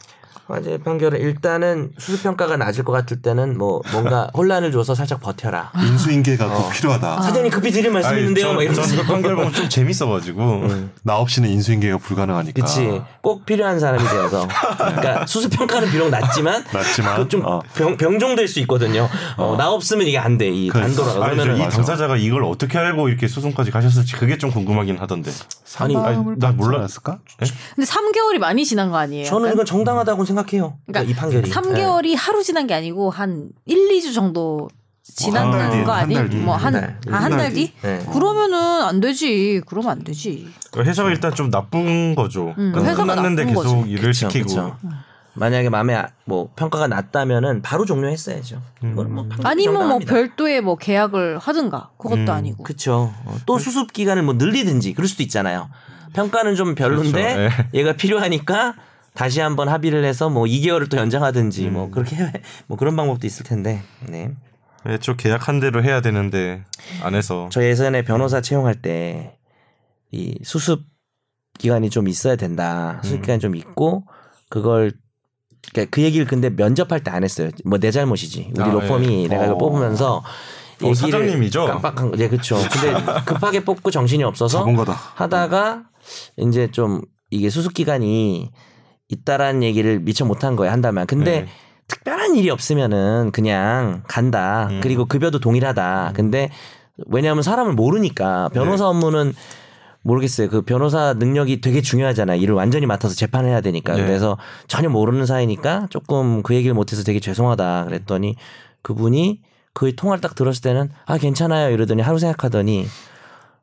Speaker 4: 화재 판결은 일단은 수습 평가가 낮을 것 같을 때는 뭐 뭔가 혼란을 줘서 살짝 버텨라.
Speaker 3: 아. 인수인계가
Speaker 4: 어.
Speaker 3: 꼭 필요하다.
Speaker 4: 사장님 급히 드릴 말씀이 있는데요. 막 이러면서. 음.
Speaker 1: 저는 그 판결 보면 좀 재밌어가지고
Speaker 3: 나 없이는 인수인계가 불가능하니까.
Speaker 4: 그치. 꼭 필요한 사람이 되어서. 그러니까 수습 평가는 비록 낮지만.
Speaker 3: 낮지만,
Speaker 4: 그좀
Speaker 3: 어.
Speaker 4: 병, 병종될 수 있거든요. 어, 나 없으면 이게 안 돼. 이
Speaker 3: 그러니까.
Speaker 4: 반도라가.
Speaker 1: 아니
Speaker 4: 그러면
Speaker 1: 저이 당사자가 이걸 어떻게 알고 이렇게 소송까지 가셨을지 그게 좀 궁금하긴 하던데
Speaker 4: 아니,
Speaker 1: 아니, 나 몰랐을까?
Speaker 2: 근데 3개월이 많이 지난 거 아니에요?
Speaker 4: 저는 이건 정당하다고 생각해요.
Speaker 2: 그러니까
Speaker 4: 이 판결이. 네.
Speaker 2: 3개월이 하루 지난 게 아니고 한 1, 2주
Speaker 4: 뭐
Speaker 2: 정도 지난
Speaker 3: 한달 뒤,
Speaker 2: 거
Speaker 3: 한달
Speaker 2: 아니?
Speaker 3: 뒤.
Speaker 4: 한 달,
Speaker 2: 뭐한한
Speaker 3: 한
Speaker 2: 달
Speaker 3: 달
Speaker 2: 뒤?
Speaker 4: 네. 네.
Speaker 2: 그러면은 안 되지. 그러면 안 되지.
Speaker 1: 그러니까 회사가 일단 좀 나쁜 거죠.
Speaker 2: 음,
Speaker 1: 그러니까
Speaker 2: 회사가
Speaker 1: 끝났는데
Speaker 2: 나쁜
Speaker 1: 계속
Speaker 2: 거죠.
Speaker 1: 일을 시키고
Speaker 4: 그렇죠. 그쵸.
Speaker 2: 음.
Speaker 4: 만약에 마음에 아- 뭐 평가가 낮다면은 바로 종료했어야죠. 이걸 뭐 판결이
Speaker 2: 아니면 뭐
Speaker 4: 정당합니다.
Speaker 2: 별도의 뭐 계약을 하든가 그것도
Speaker 1: 음,
Speaker 2: 아니고.
Speaker 4: 그렇죠. 또
Speaker 1: 네.
Speaker 4: 수습 기간을 뭐 늘리든지 그럴 수도 있잖아요. 평가는 좀 별론데
Speaker 1: 그렇죠.
Speaker 4: 얘가 필요하니까 다시 한번 합의를 해서 뭐 2개월을 또 연장하든지
Speaker 1: 음.
Speaker 4: 뭐 그렇게 해- 뭐 그런 방법도 있을 텐데. 네.
Speaker 1: 애초 계약한 대로 해야 되는데 안 해서
Speaker 4: 저 예전에 변호사 채용할 때 이 수습 기간이 좀 있어야 된다.
Speaker 1: 음.
Speaker 4: 수습 기간 이좀 있고 그걸 그러니까 그 얘기를 근데 면접할 때 안 했어요. 뭐 내 잘못이지. 우리
Speaker 1: 아,
Speaker 4: 로펌이
Speaker 1: 예.
Speaker 4: 내가 이걸
Speaker 1: 어.
Speaker 4: 뽑으면서
Speaker 1: 어, 사장님이죠?
Speaker 4: 깜빡한 거. 예, 그렇죠.
Speaker 1: <laughs>
Speaker 4: 근데 급하게 뽑고 정신이 없어서
Speaker 3: 자본가다.
Speaker 4: 하다가 이제 좀 이게 수습 기간이 있다라는 얘기를 미처 못한 거예요 한다면 근데
Speaker 1: 네.
Speaker 4: 특별한 일이 없으면은 그냥 간다
Speaker 1: 음.
Speaker 4: 그리고 급여도 동일하다 근데 왜냐하면 사람을 모르니까 변호사
Speaker 1: 네.
Speaker 4: 업무는 모르겠어요 그 변호사 능력이 되게 중요하잖아 요 일을 완전히 맡아서 재판해야 되니까
Speaker 1: 네.
Speaker 4: 그래서 전혀 모르는 사이니까 조금 그 얘기를 못해서 되게 죄송하다 그랬더니 그분이 그의 통화를 딱 들었을 때는 아 괜찮아요 이러더니 하루 생각하더니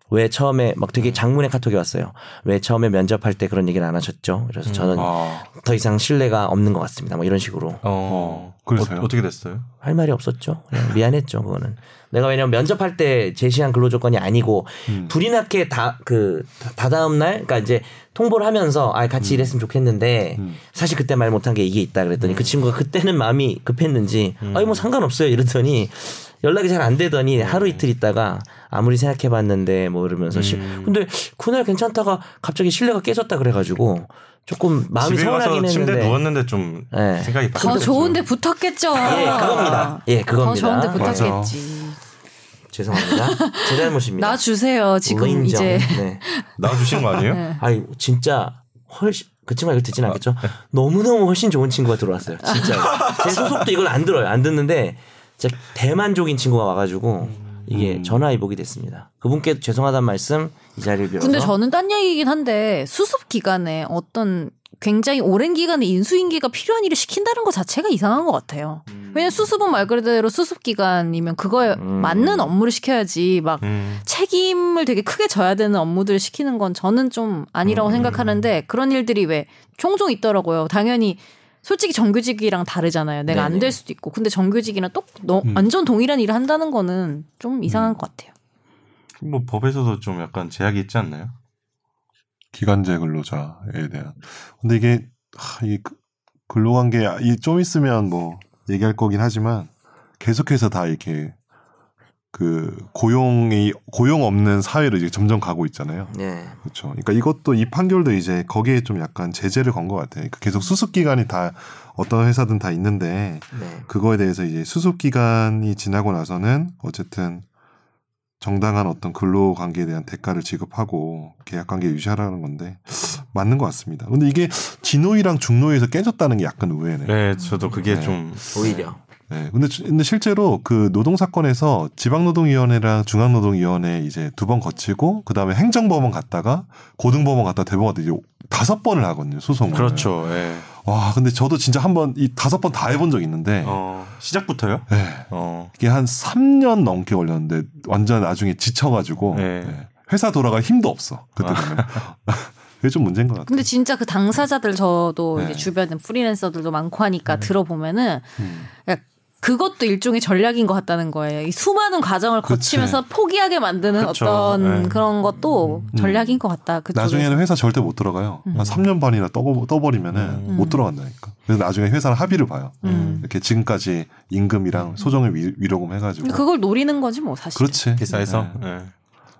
Speaker 4: 왜 처음에 막 되게 장문의 카톡이 왔어요. 왜 처음에 면접할 때 그런 얘기를 안 하셨죠? 그래서 저는
Speaker 3: 아,
Speaker 4: 더 이상 신뢰가 없는 것 같습니다. 뭐 이런 식으로
Speaker 1: 어,
Speaker 3: 어, 그래서요?
Speaker 1: 어, 떻게 됐어요?
Speaker 4: 할 말이 없었죠. 그냥 미안했죠 그거는. 내가 왜냐면 면접할 때 제시한 근로 조건이 아니고
Speaker 1: 음.
Speaker 4: 불이 났게 다 그 다다음 날 그러니까 이제 통보를 하면서 아
Speaker 1: 음.
Speaker 4: 같이 일했으면 좋겠는데 사실 그때 말 못한 게 이게 있다 그랬더니
Speaker 1: 음.
Speaker 4: 그 친구가 그때는 마음이 급했는지 아니 뭐 상관없어요 이러더니 연락이 잘 안
Speaker 1: 네.
Speaker 4: 되더니 하루 이틀 있다가 아무리 생각해봤는데 뭐 이러면서 시-
Speaker 1: 음.
Speaker 4: 근데 그날 괜찮다가 갑자기 신뢰가 깨졌다 그래가지고 조금 마음이
Speaker 1: 집에 가서
Speaker 4: 서운하긴 했는데
Speaker 1: 침대 누웠는데 좀
Speaker 4: 예.
Speaker 1: 생각이
Speaker 2: 더 좋은데 붙었겠죠.
Speaker 4: 예, 그겁니다. 예,
Speaker 2: 더
Speaker 4: 그겁니다.
Speaker 2: 좋은데
Speaker 3: 맞아.
Speaker 2: 붙었겠지.
Speaker 4: 죄송합니다. 제 잘못입니다.
Speaker 2: 나 주세요. 지금
Speaker 4: 인정.
Speaker 2: 이제
Speaker 4: 네.
Speaker 1: 나와주신 거
Speaker 2: <laughs>
Speaker 1: 아니에요?
Speaker 2: 네.
Speaker 4: 아니 진짜 훨씬 그 친구가 이걸 듣진 않겠죠. 너무 너무 훨씬 좋은 친구가 들어왔어요. 진짜 제 소속도 이걸 안 들어요. 안 듣는데 진짜 대만족인 친구가 와가지고 이게 전화 이복이 됐습니다. 그분께 죄송하단 말씀 이 자리를 빌어서.
Speaker 2: 근데 저는 딴 얘기긴 한데 수습 기간에 어떤 굉장히 오랜 기간에 인수인계가 필요한 일을 시킨다는 것 자체가 이상한 것 같아요.
Speaker 4: 음.
Speaker 2: 왜냐면 수습은 말 그대로 수습 기간이면 그거에 맞는 업무를 시켜야지 막
Speaker 1: 음.
Speaker 2: 책임을 되게 크게 져야 되는 업무들을 시키는 건 저는 좀
Speaker 4: 음.
Speaker 2: 아니라고 생각하는데 그런 일들이 왜 종종 있더라고요. 당연히 솔직히 정규직이랑 다르잖아요. 내가 안
Speaker 4: 네네.
Speaker 2: 될 수도 있고 근데 정규직이랑 똑 너, 완전 동일한 일을 한다는 거는 좀 이상한
Speaker 4: 음.
Speaker 2: 것 같아요.
Speaker 1: 뭐 법에서도 좀 약간 제약이 있지 않나요?
Speaker 3: 기간제 근로자에 대한. 근데 이게 하, 이 그- 근로관계 이 좀 있으면 뭐 얘기할 거긴 하지만 계속해서 다 이렇게 그 고용이 고용 없는 사회로 이제 점점 가고 있잖아요.
Speaker 4: 네.
Speaker 3: 그렇죠. 그러니까 이것도 이 판결도 이제 거기에 좀 약간 제재를 건 것 같아요. 그러니까 계속 수습 기간이 다 어떤 회사든 다 있는데
Speaker 4: 네.
Speaker 3: 그거에 대해서 이제 수습 기간이 지나고 나서는 어쨌든 정당한 어떤 근로 관계에 대한 대가를 지급하고 계약 관계 유지하라는 건데 맞는 것 같습니다. 근데 이게 진호이랑 중노이에서 깨졌다는 게 약간 의외네요.
Speaker 1: 네, 저도 그게
Speaker 3: 네.
Speaker 1: 좀
Speaker 4: 오히려.
Speaker 3: 네, 근데, 주- 근데 실제로 그 노동 사건에서 지방노동위원회랑 중앙노동위원회 이제 두 번 거치고 그 다음에 행정법원 갔다가 고등법원 갔다 대법원 갔다 이제 다섯 번을 하거든요 소송을.
Speaker 1: 그렇죠. 예.
Speaker 3: 와 근데 저도 진짜 한번 이 다섯 번 다 해본 적 있는데
Speaker 1: 어, 시작부터요?
Speaker 3: 네,
Speaker 1: 어.
Speaker 3: 이게 한 3년 넘게 걸렸는데 완전 나중에 지쳐가지고
Speaker 1: 네.
Speaker 3: 네, 회사 돌아갈 힘도 없어 그때 되면. <laughs> 그게 좀 문제인 것 같아요.
Speaker 2: 근데 진짜 그 당사자들 저도
Speaker 3: 네.
Speaker 2: 이제 주변에 프리랜서들도 많고 하니까 들어보면은
Speaker 3: 음.
Speaker 2: 그러니까 그것도 일종의 전략인 것 같다는 거예요. 이 수많은 과정을
Speaker 3: 그치.
Speaker 2: 거치면서 포기하게 만드는
Speaker 1: 그쵸.
Speaker 2: 어떤
Speaker 1: 네.
Speaker 2: 그런 것도
Speaker 3: 음.
Speaker 2: 전략인 것 같다. 그쪽에서.
Speaker 3: 나중에는 회사 절대 못 들어가요.
Speaker 2: 음.
Speaker 3: 한 3년 반이나 떠버, 떠버리면은
Speaker 2: 음.
Speaker 3: 못 들어간다니까. 그래서 나중에 회사랑 합의를 봐요.
Speaker 2: 음.
Speaker 3: 이렇게 지금까지 임금이랑 소정의 위- 위로금 해가지고.
Speaker 2: 근데 그걸 노리는 거지 뭐 사실.
Speaker 3: 그렇지.
Speaker 1: 기사에서.
Speaker 3: 네.
Speaker 1: 예.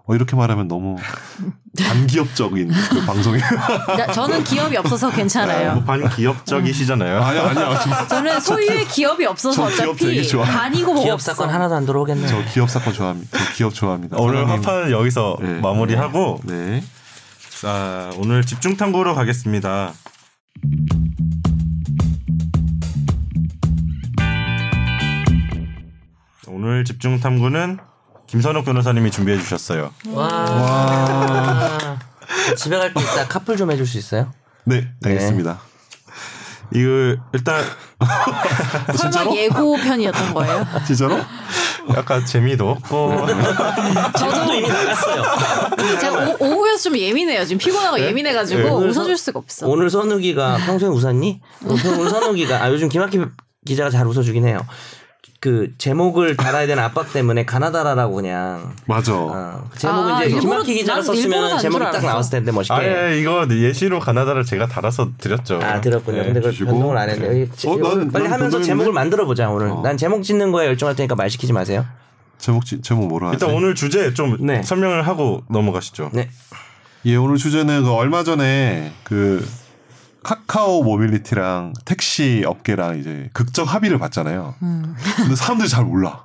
Speaker 3: 어, 이렇게 말하면
Speaker 2: <laughs>
Speaker 3: 너무 반기업적인 그 방송이.
Speaker 2: 나- 저는 기업이 없어서
Speaker 4: 네.
Speaker 2: 괜찮아요.
Speaker 1: 반기업적이시잖아요.
Speaker 3: 아니,
Speaker 1: <laughs>
Speaker 3: 아니요. 네. 저,
Speaker 2: 저는 소유의 기업이 없어서
Speaker 3: 저 기업
Speaker 2: 어차피
Speaker 3: 되게 좋아.
Speaker 2: 반이고 뭐가
Speaker 4: 기업
Speaker 2: 없어.
Speaker 4: 사건 하나도 안 들어오겠네.
Speaker 3: 저 기업 사건 좋아합니다. 저 기업 좋아합니다.
Speaker 1: 오늘
Speaker 3: 사장님.
Speaker 1: 화판은 여기서
Speaker 3: 네.
Speaker 1: 마무리하고
Speaker 3: 네.
Speaker 1: 자, 오늘 집중 탐구로 가겠습니다. 오늘 집중 탐구는 김선욱 변호사님이 준비해 주셨어요.
Speaker 4: 와. 집에 갈 때 이따 카풀 좀 해줄 수 있어요?
Speaker 3: 네, 되겠습니다.
Speaker 1: 이거 일단
Speaker 2: 설마 예고편이었던 거예요?
Speaker 4: <laughs>
Speaker 3: 진짜로? 네.
Speaker 1: 약간 재미도 없고
Speaker 4: 저도 이미 나갔어요.
Speaker 2: 제가 오, 후에서좀 예민해요. 지금 피곤하고 예민해가지고
Speaker 1: 네.
Speaker 2: 웃어줄 수가 없어.
Speaker 4: 오늘
Speaker 2: <laughs>
Speaker 4: 선우기가 평소에 웃었니? 오늘 선우기가 아 요즘 김학기 기자가 잘 웃어주긴 해요. 그 제목을 달아야 되는 압박 때문에 가나다라라고 그냥
Speaker 3: 맞아.
Speaker 4: 어, 그 제목은
Speaker 2: 아,
Speaker 4: 이제
Speaker 2: 일본어-
Speaker 4: 김학기 기자가
Speaker 2: 난
Speaker 4: 썼으면
Speaker 2: 일본어인
Speaker 4: 제목이
Speaker 2: 줄
Speaker 4: 딱
Speaker 2: 알았어.
Speaker 4: 나왔을 텐데 멋있게. 아,
Speaker 1: 아예 이거 예시로 가나다를 제가 달아서
Speaker 3: 예.
Speaker 1: 드렸죠. 네.
Speaker 4: 들었군요. 근데 그걸
Speaker 3: 주시고.
Speaker 4: 변동을 안 했네.
Speaker 3: 네, 어, 나는-
Speaker 4: 오늘 빨리
Speaker 3: 나는
Speaker 4: 하면서
Speaker 3: 변동했는데?
Speaker 4: 제목을 만들어 보자 오늘.
Speaker 3: 어.
Speaker 4: 난 제목 짓는 거에 열중할 테니까 말 시키지 마세요.
Speaker 3: 제목, 지- 제목 뭐라 하지?
Speaker 1: 일단 오늘 주제 좀
Speaker 4: 네.
Speaker 1: 설명을 하고 넘어가시죠.
Speaker 4: 네.
Speaker 3: 예, 오늘 주제는 그 얼마 전에 그 카카오 모빌리티랑 택시 업계랑 이제 극적 합의를 봤잖아요. 근데 사람들이 잘 몰라.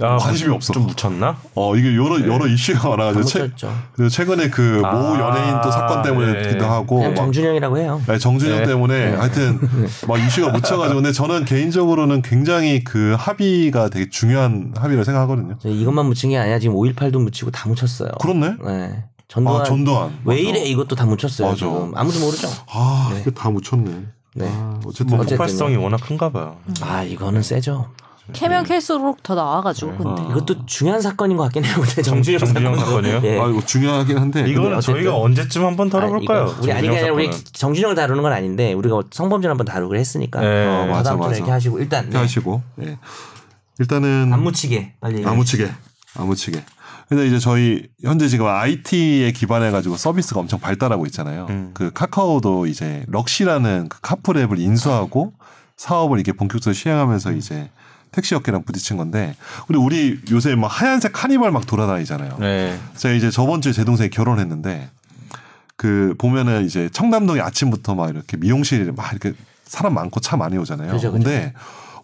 Speaker 1: 아,
Speaker 3: 관심이 없어.
Speaker 1: 좀 묻혔나?
Speaker 3: 어, 이게 여러, 여러 이슈가 많아가지고. 최,
Speaker 4: 네. 잘못했죠.
Speaker 3: 그래서 최근에 그 모
Speaker 1: 아,
Speaker 3: 연예인 또 사건 때문에
Speaker 1: 네.
Speaker 3: 기도 하고.
Speaker 4: 예. 그냥
Speaker 3: 막
Speaker 4: 정준영이라고 해요.
Speaker 3: 네, 정준영
Speaker 1: 네.
Speaker 3: 때문에
Speaker 4: <laughs>
Speaker 3: 하여튼 막 이슈가 묻혀가지고 근데 저는 개인적으로는 굉장히 그 합의가 되게 중요한 합의라고 생각하거든요.
Speaker 4: 저 이것만 묻힌 게 아니라 지금 5.18도 묻히고 다 묻혔어요.
Speaker 3: 그렇네.
Speaker 4: 네.
Speaker 3: 아
Speaker 4: 전두환
Speaker 3: 전두환.
Speaker 4: 왜
Speaker 3: 맞아.
Speaker 4: 이래 이것도 다 묻혔어요.
Speaker 3: 맞아.
Speaker 4: 지금 아무도 모르죠.
Speaker 3: 아 이거 다 묻혔네.
Speaker 4: 네.
Speaker 3: 아, 어쨌든
Speaker 1: 뭐
Speaker 4: 어쨌든요.
Speaker 1: 폭발성이 워낙 큰가 봐요.
Speaker 4: 아 이거는 세죠.
Speaker 2: 캐면
Speaker 4: 네.
Speaker 2: 캘수록 더 나와가지고 근데
Speaker 4: 이것도 중요한 사건인 것 같긴 해요. 근데 정준영
Speaker 1: 정준영 사건이요?
Speaker 4: 예.
Speaker 3: 아 이거 중요하긴 한데
Speaker 1: 이거는
Speaker 4: 어쨌든-
Speaker 1: 저희가 언제쯤 한번 다뤄볼 까요
Speaker 4: 아, 이거 우리 아니가 아니라 우리 정준영을 다루는 건 아닌데 우리가 성범죄를 한번 다루기로 했으니까.
Speaker 1: 네. 어,
Speaker 3: 맞아,
Speaker 4: 다음 주에
Speaker 3: 맞아.
Speaker 4: 이렇게 하시고 일단
Speaker 3: 이렇게
Speaker 4: 네.
Speaker 3: 하시고 예. 일단은
Speaker 4: 안 묻히게 빨리.
Speaker 3: 아무치게. 아무치게. 근데 이제 저희 현재 지금 IT에 기반해 가지고 서비스가 엄청 발달하고 있잖아요.
Speaker 4: 음.
Speaker 3: 그 카카오도 이제 럭시라는 그 카풀 앱을 인수하고 사업을 이렇게 본격적으로 시행하면서
Speaker 4: 음.
Speaker 3: 이제 택시 업계랑 부딪힌 건데 우리 우리 요새 막 하얀색 카니발 막 돌아다니잖아요.
Speaker 1: 네.
Speaker 3: 제가 이제 저번 주에 제 동생이 결혼했는데 그 보면은 이제 청담동에 아침부터 막 이렇게 미용실에 막 이렇게 사람 많고 차 많이 오잖아요.
Speaker 4: 그죠, 그죠.
Speaker 3: 근데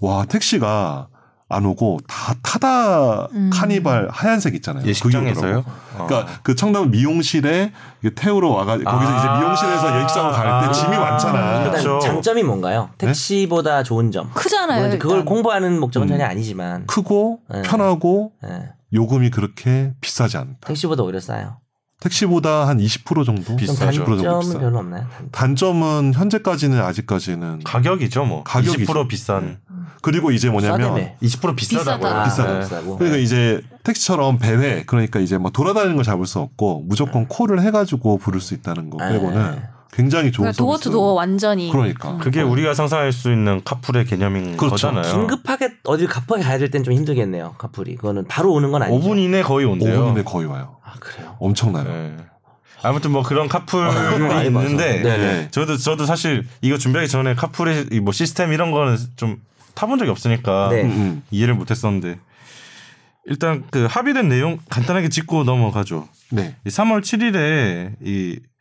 Speaker 3: 와 택시가 안 오고 다 타다
Speaker 4: 음.
Speaker 3: 카니발 하얀색 있잖아요. 그게
Speaker 1: 예식장에서요?
Speaker 3: 오더라고. 그러니까 그 청담 미용실에 이게 태우러 와가 지고 거기서 이제
Speaker 1: 아.
Speaker 3: 미용실에서 예식장을 갈 때
Speaker 1: 아.
Speaker 3: 짐이 많잖아.
Speaker 4: 일단
Speaker 1: 그렇죠.
Speaker 4: 장점이 뭔가요? 택시보다 좋은 점.
Speaker 2: 크잖아요.
Speaker 4: 물론 이제 그걸
Speaker 2: 일단.
Speaker 4: 공부하는 목적은 전혀 아니지만.
Speaker 3: 크고
Speaker 4: 네.
Speaker 3: 편하고
Speaker 4: 예.
Speaker 3: 요금이 그렇게 비싸지 않다.
Speaker 4: 택시보다 오히려 싸요.
Speaker 3: 택시보다 한 20% 정도
Speaker 4: 좀
Speaker 1: 비싸죠.
Speaker 3: 30% 정도 뭐
Speaker 4: 단점은
Speaker 3: 비싸.
Speaker 4: 별로 없나요?
Speaker 3: 단점은 현재까지는 아직까지는
Speaker 1: 가격이죠 뭐.
Speaker 3: 가격이죠.
Speaker 1: 20% 비싼.
Speaker 3: 그리고 이제 뭐냐면
Speaker 4: 싸대매.
Speaker 1: 20%
Speaker 2: 비싸다.
Speaker 1: 비싸다고요.
Speaker 4: 아,
Speaker 3: 비싸다.
Speaker 4: 비싸고.
Speaker 3: 그러니까 이제 택시처럼 배회 그러니까 이제 막 돌아다니는 걸 잡을 수 없고
Speaker 1: 네.
Speaker 3: 무조건 콜을 해가지고 부를 수 있다는 거 빼고는
Speaker 4: 네.
Speaker 3: 굉장히 좋은
Speaker 2: 그러니까 도어
Speaker 3: 서비스.
Speaker 2: 투 음. 도어 완전히
Speaker 3: 그러니까
Speaker 1: 네. 그게 우리가 상상할 수 있는 카풀의 개념인
Speaker 3: 그렇죠.
Speaker 1: 거잖아요.
Speaker 4: 어. 긴급하게 어딜 급하게 가야 될 땐 좀 힘들겠네요. 카풀이. 그거는 바로 오는 건 아니죠.
Speaker 1: 5분 이내 거의 온대요.
Speaker 3: 5분인데 거의 와요.
Speaker 4: 아 그래요.
Speaker 3: 엄청나요.
Speaker 1: 네. 아무튼 뭐 그런 카풀이
Speaker 4: 많이 봐서.
Speaker 1: 있는데
Speaker 4: 네.
Speaker 3: 네.
Speaker 1: 저도 저도 사실 이거 준비하기 전에 카풀의 이뭐 시스템 이런 거는 좀 타본 적이 없으니까
Speaker 4: 네.
Speaker 3: 음, 음.
Speaker 1: 이해를 못했었는데 일단 그 합의된 내용 간단하게 짚고 넘어가죠.
Speaker 3: 네.
Speaker 1: 이 3월 7일에 이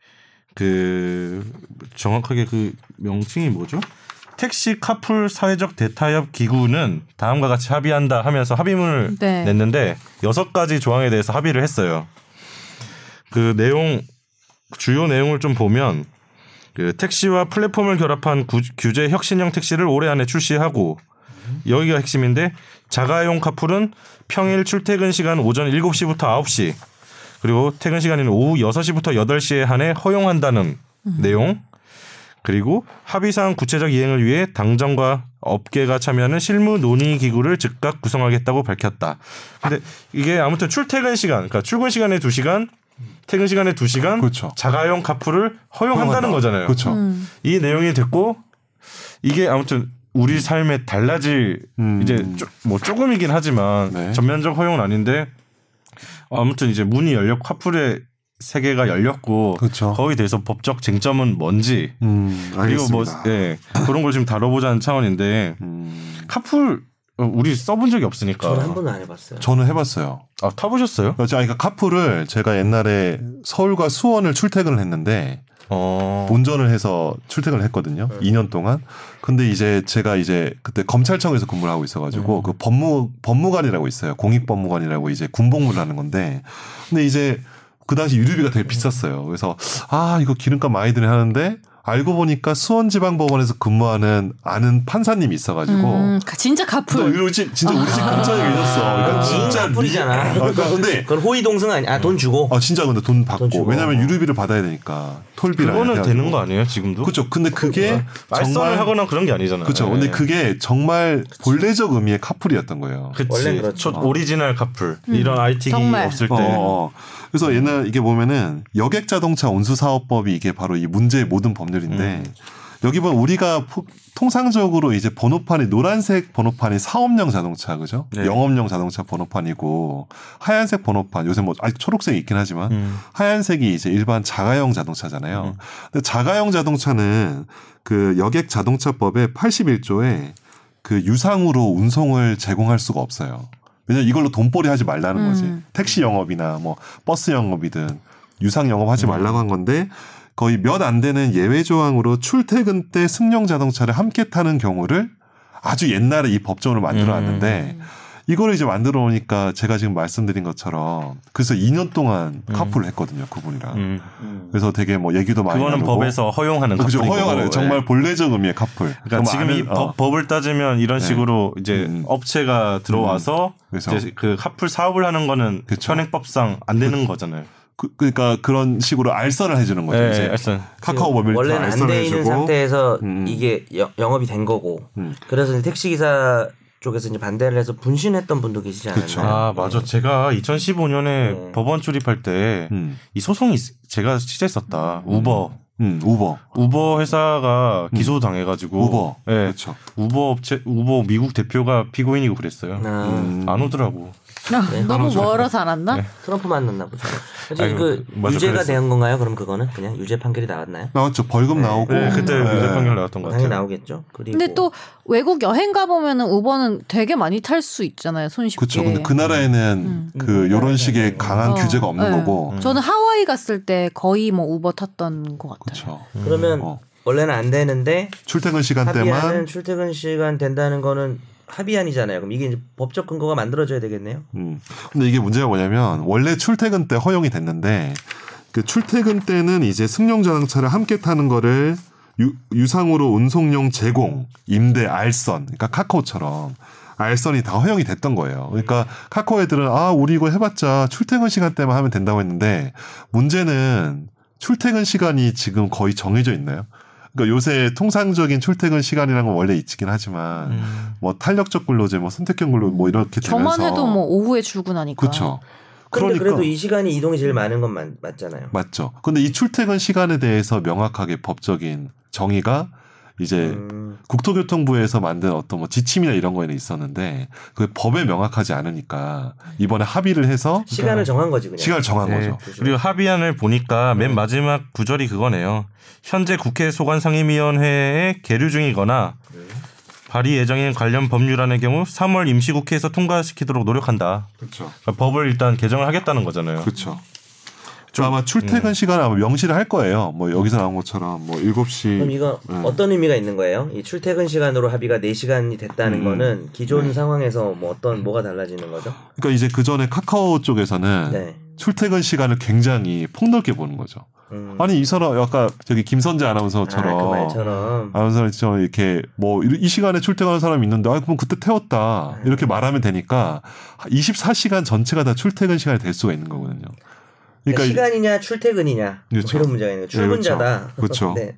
Speaker 1: 그 정확하게 그 명칭이 뭐죠? 택시 카풀 사회적 대타협 기구는 다음과 같이 합의한다 하면서 합의문을
Speaker 2: 네.
Speaker 1: 냈는데 여섯 가지 조항에 대해서 합의를 했어요. 그 내용 주요 내용을 좀 보면 그 택시와 플랫폼을 결합한 구- 규제 혁신형 택시를 올해 안에 출시하고 여기가 핵심인데 자가용 카풀은 평일 출퇴근 시간 오전 7시부터 9시 그리고 퇴근 시간인 오후 6시부터 8시에 한해 허용한다는 내용 그리고 합의사항 구체적 이행을 위해 당정과 업계가 참여하는 실무 논의 기구를 즉각 구성하겠다고 밝혔다. 근데 이게 아무튼 출퇴근 시간, 그러니까 출근 시간에 2시간, 퇴근 시간에 2시간,
Speaker 3: 그렇죠.
Speaker 1: 자가용 카풀을 허용한다는 거잖아요.
Speaker 3: 그렇죠.
Speaker 2: 음.
Speaker 1: 이 내용이 됐고 이게 아무튼 우리 삶에 달라질
Speaker 3: 음.
Speaker 1: 이제 쪼- 뭐 조금이긴 하지만
Speaker 3: 네.
Speaker 1: 전면적 허용은 아닌데 아무튼 이제 문이 열렸 카풀의 세계가 열렸고
Speaker 3: 그렇죠.
Speaker 1: 거기에 대해서 법적 쟁점은 뭔지
Speaker 3: 음,
Speaker 1: 그리고 뭐
Speaker 3: 알겠습니다.
Speaker 1: 예, 그런 걸 지금 다뤄보자는 차원인데
Speaker 3: 음,
Speaker 1: 카풀 어, 우리 써본 적이
Speaker 4: 저는 한
Speaker 1: 없으니까
Speaker 4: 번도 안 해봤어요.
Speaker 3: 아. 저는 해봤어요.
Speaker 1: 아 타보셨어요?
Speaker 3: 그러니까 그러니까 카풀을 제가 옛날에 서울과 수원을 출퇴근을 했는데
Speaker 1: 어
Speaker 3: 운전을 해서 출퇴근을 했거든요. 2년 동안. 근데 이제 제가 이제 그때 검찰청에서 근무를 하고 있어가지고 그 법무 법무관이라고 있어요. 공익법무관이라고 이제 군복무를 하는 건데. 근데 이제 그 당시 유류비가 되게 비쌌어요. 그래서 아 이거 기름값 많이 드네 하는데 알고 보니까 수원지방법원에서 근무하는 아는 판사님이 있어가지고.
Speaker 2: 음, 가- 진짜
Speaker 3: 또
Speaker 2: 카풀.
Speaker 3: 우리 집 진짜 우리 집 근처에 계셨어.
Speaker 4: 아,
Speaker 3: 그러니까 진짜 미-
Speaker 4: 뿌리잖아.
Speaker 3: 아, 그러니까 근데
Speaker 4: 그건 호의 동승 아니, 아돈 주고.
Speaker 3: 아 진짜 근데 돈 받고
Speaker 4: 주고.
Speaker 3: 왜냐면 유류비를 받아야 되니까 톨비라
Speaker 1: 그거는 되는 거 아니에요 지금도?
Speaker 3: 그렇죠. 근데 그게
Speaker 1: 아, 말썽을
Speaker 3: 정말
Speaker 1: 하거나 그런 게 아니잖아요.
Speaker 3: 그렇죠.
Speaker 1: 예.
Speaker 4: 네.
Speaker 3: 근데 그게 정말 본래적 의미의 카풀이었던 거예요.
Speaker 1: 그치.
Speaker 4: 원래는 그렇죠.
Speaker 1: 첫 오리지널 카풀 이런 RT기
Speaker 2: 음. 정말.
Speaker 1: 없을 때
Speaker 3: 어, 어. 그래서 옛날 이게 보면은 여객 자동차 운수 사업법이 이게 바로 이 문제의 모든 법률인데
Speaker 1: 음.
Speaker 3: 여기 보면 우리가 포- 통상적으로 이제 번호판이 노란색 번호판이 사업용 자동차 그죠?
Speaker 1: 네.
Speaker 3: 영업용 자동차 번호판이고 하얀색 번호판 요새 뭐 아직 초록색이 있긴 하지만
Speaker 1: 음.
Speaker 3: 하얀색이 이제 일반 자가용 자동차잖아요. 근데 자가용 자동차는 그 여객 자동차법의 81조에 그 유상으로 운송을 제공할 수가 없어요. 왜냐면 이걸로 돈벌이 하지 말라는 거지.
Speaker 2: 음.
Speaker 3: 택시 영업이나 뭐 버스 영업이든 유상 영업하지 말라고 한 건데 거의 몇 안 되는 예외 조항으로 출퇴근 때 승용 자동차를 함께 타는 경우를 아주 옛날에 이 법정으로 만들어 놨는데 이거를 이제 만들어 놓으니까 제가 지금 말씀드린 것처럼 그래서 2년 동안 카풀을 했거든요 그분이랑
Speaker 1: 음.
Speaker 3: 그래서 되게 뭐 얘기도 많이
Speaker 1: 그거는
Speaker 3: 나누고
Speaker 1: 법에서 허용하는
Speaker 3: 그죠
Speaker 1: 카풀인
Speaker 3: 허용하는
Speaker 1: 거고,
Speaker 3: 정말
Speaker 1: 예.
Speaker 3: 본래적 의미의 카풀
Speaker 1: 그러니까 지금
Speaker 3: 그럼
Speaker 1: 이
Speaker 3: 아는-
Speaker 1: 법,
Speaker 3: 어. 네.
Speaker 1: 법을 따지면 이런 식으로 이제
Speaker 3: 음.
Speaker 1: 업체가 들어와서
Speaker 3: 그래서.
Speaker 1: 이제 그 카풀 사업을 하는 거는
Speaker 3: 그쵸.
Speaker 1: 현행법상 안 되는 거잖아요.
Speaker 3: 그, 그러니까 그런 식으로 알선을 해주는 거죠
Speaker 1: 예,
Speaker 3: 뭐 이제
Speaker 1: 알았어요.
Speaker 3: 카카오 법을
Speaker 4: 원래는 안
Speaker 3: 알선을
Speaker 4: 돼 있는
Speaker 3: 해주고
Speaker 4: 상태에서
Speaker 3: 음.
Speaker 4: 이게 여- 영업이 된 거고.
Speaker 3: 음.
Speaker 4: 그래서 이제 택시 기사 쪽에서 이제 반대를 해서 분신했던 분도 계시지
Speaker 3: 그쵸.
Speaker 4: 않았나요?
Speaker 1: 아 맞아. 제가 2015년에
Speaker 4: 음.
Speaker 1: 법원 출입할 때 이
Speaker 3: 네. 음.
Speaker 1: 소송이 있- 제가 취재했었다. 우버
Speaker 3: 음, 우버
Speaker 1: 우버 회사가 기소당해가지고
Speaker 3: 우버
Speaker 1: 예,
Speaker 3: 그렇죠
Speaker 1: 우버 업체 우버 미국 대표가 피고인이고 그랬어요.
Speaker 2: 네.
Speaker 4: 아,
Speaker 1: 안 음. 오더라고.
Speaker 3: 네.
Speaker 2: 너무 멀어서 안 한다?
Speaker 4: 트럼프 만났나 보죠. 어제
Speaker 1: 아이고,
Speaker 4: 그
Speaker 1: 맞아,
Speaker 4: 유죄가
Speaker 1: 그랬어요.
Speaker 4: 된 건가요? 그럼 그거는 그냥 유죄 판결이 나왔나요?
Speaker 3: 나왔죠 벌금 나오고
Speaker 1: 네, 그때
Speaker 3: 네.
Speaker 1: 무죄 판결 나왔던 것
Speaker 4: 당연히
Speaker 1: 같아요.
Speaker 4: 나오겠죠. 그리고
Speaker 2: 근데 또 외국 여행 가 보면은 우버는 되게 많이 탈 수 있잖아요. 손쉽게.
Speaker 4: 예.
Speaker 3: 그렇죠. 근데 그
Speaker 4: 음.
Speaker 3: 나라에는 그 요런 식의 강한
Speaker 2: 어,
Speaker 3: 규제가 없는
Speaker 2: 네.
Speaker 1: 음.
Speaker 3: 거고.
Speaker 2: 저는 하와이 갔을 때 거의 뭐 우버 탔던 것 같아요.
Speaker 3: 그렇죠.
Speaker 4: 그러면
Speaker 3: 어.
Speaker 4: 원래는 안 되는데
Speaker 3: 출퇴근 시간
Speaker 4: 합의안은
Speaker 3: 때만
Speaker 4: 출퇴근 시간 된다는 거는 합의안이잖아요. 그럼 이게 이제 법적 근거가 만들어져야 되겠네요.
Speaker 3: 음. 근데 이게 문제가 뭐냐면 원래 출퇴근 때 허용이 됐는데 그 출퇴근 때는 이제 승용 자동차를 함께 타는 거를 유, 상으로 운송용 제공, 임대 알선, 그러니까 카카오처럼 알선이 다 허용이 됐던 거예요. 그러니까 카카오 애들은 아 우리 이거 해봤자 출퇴근 시간 때만 하면 된다고 했는데 문제는 출퇴근 시간이 지금 거의 정해져 있나요? 그러니까 요새 통상적인 출퇴근 시간이라는 건 원래 있긴 하지만
Speaker 1: 음.
Speaker 3: 뭐 탄력적 근로제, 뭐 선택형 근로 뭐 이렇게 되면서
Speaker 2: 저만 해도 뭐 오후에 출근하니까.
Speaker 3: 그렇죠.
Speaker 4: 아. 그런데
Speaker 3: 그러니까
Speaker 4: 그래도이 시간이 이동이 제일 많은 건 맞, 맞잖아요.
Speaker 3: 맞죠. 근데 이 출퇴근 시간에 대해서 명확하게 법적인 정의가 이제
Speaker 4: 음.
Speaker 3: 국토교통부에서 만든 어떤 뭐 지침이나 이런 거에는 있었는데 그 법에 명확하지 않으니까 이번에 합의를 해서
Speaker 4: 시간을 정한 거지 그냥.
Speaker 3: 그러니까 시간을 정한
Speaker 1: 네.
Speaker 3: 거죠. 그러니까
Speaker 1: 그리고 네. 합의안을 보니까 맨 마지막 구절이 그거네요. 현재 국회 소관상임위원회에 계류 중이거나 발의 예정인 관련 법률안의 경우 3월 임시국회에서 통과시키도록 노력한다.
Speaker 3: 그렇죠.
Speaker 1: 그러니까 법을 일단 개정을 하겠다는 거잖아요.
Speaker 3: 그렇죠. 아마
Speaker 4: 음.
Speaker 3: 출퇴근 시간 아마 명시를 할 거예요. 뭐 여기서 나온 것처럼 뭐
Speaker 4: 그럼
Speaker 3: 7시
Speaker 4: 이거
Speaker 3: 네.
Speaker 4: 어떤 의미가 있는 거예요? 이 출퇴근 시간으로 합의가 4시간이 됐다는
Speaker 3: 음.
Speaker 4: 거는 기존 상황에서 뭐 어떤 뭐가 달라지는 거죠?
Speaker 3: 그러니까 이제 그 전에 카카오 쪽에서는
Speaker 4: 네.
Speaker 3: 출퇴근 시간을 굉장히 폭넓게 보는 거죠.
Speaker 4: 음.
Speaker 3: 아니 이 사람 아까 저기 김선재
Speaker 4: 아, 그
Speaker 3: 아나운서처럼
Speaker 4: 말처럼
Speaker 3: 아나운서는 진짜 이렇게 뭐 이 시간에 출퇴하는 사람이 있는데 아 그럼 그때 태웠다
Speaker 4: 네.
Speaker 3: 이렇게 말하면 되니까 24시간 전체가 다 출퇴근 시간이 될 수가 있는 거거든요. 그러니까
Speaker 4: 그러니까
Speaker 3: 이-
Speaker 4: 시간이냐 출퇴근이냐 뭐
Speaker 3: 그렇죠.
Speaker 4: 이런 문제가 있는 거예요. 출근자다.
Speaker 3: 그렇죠.
Speaker 4: 네.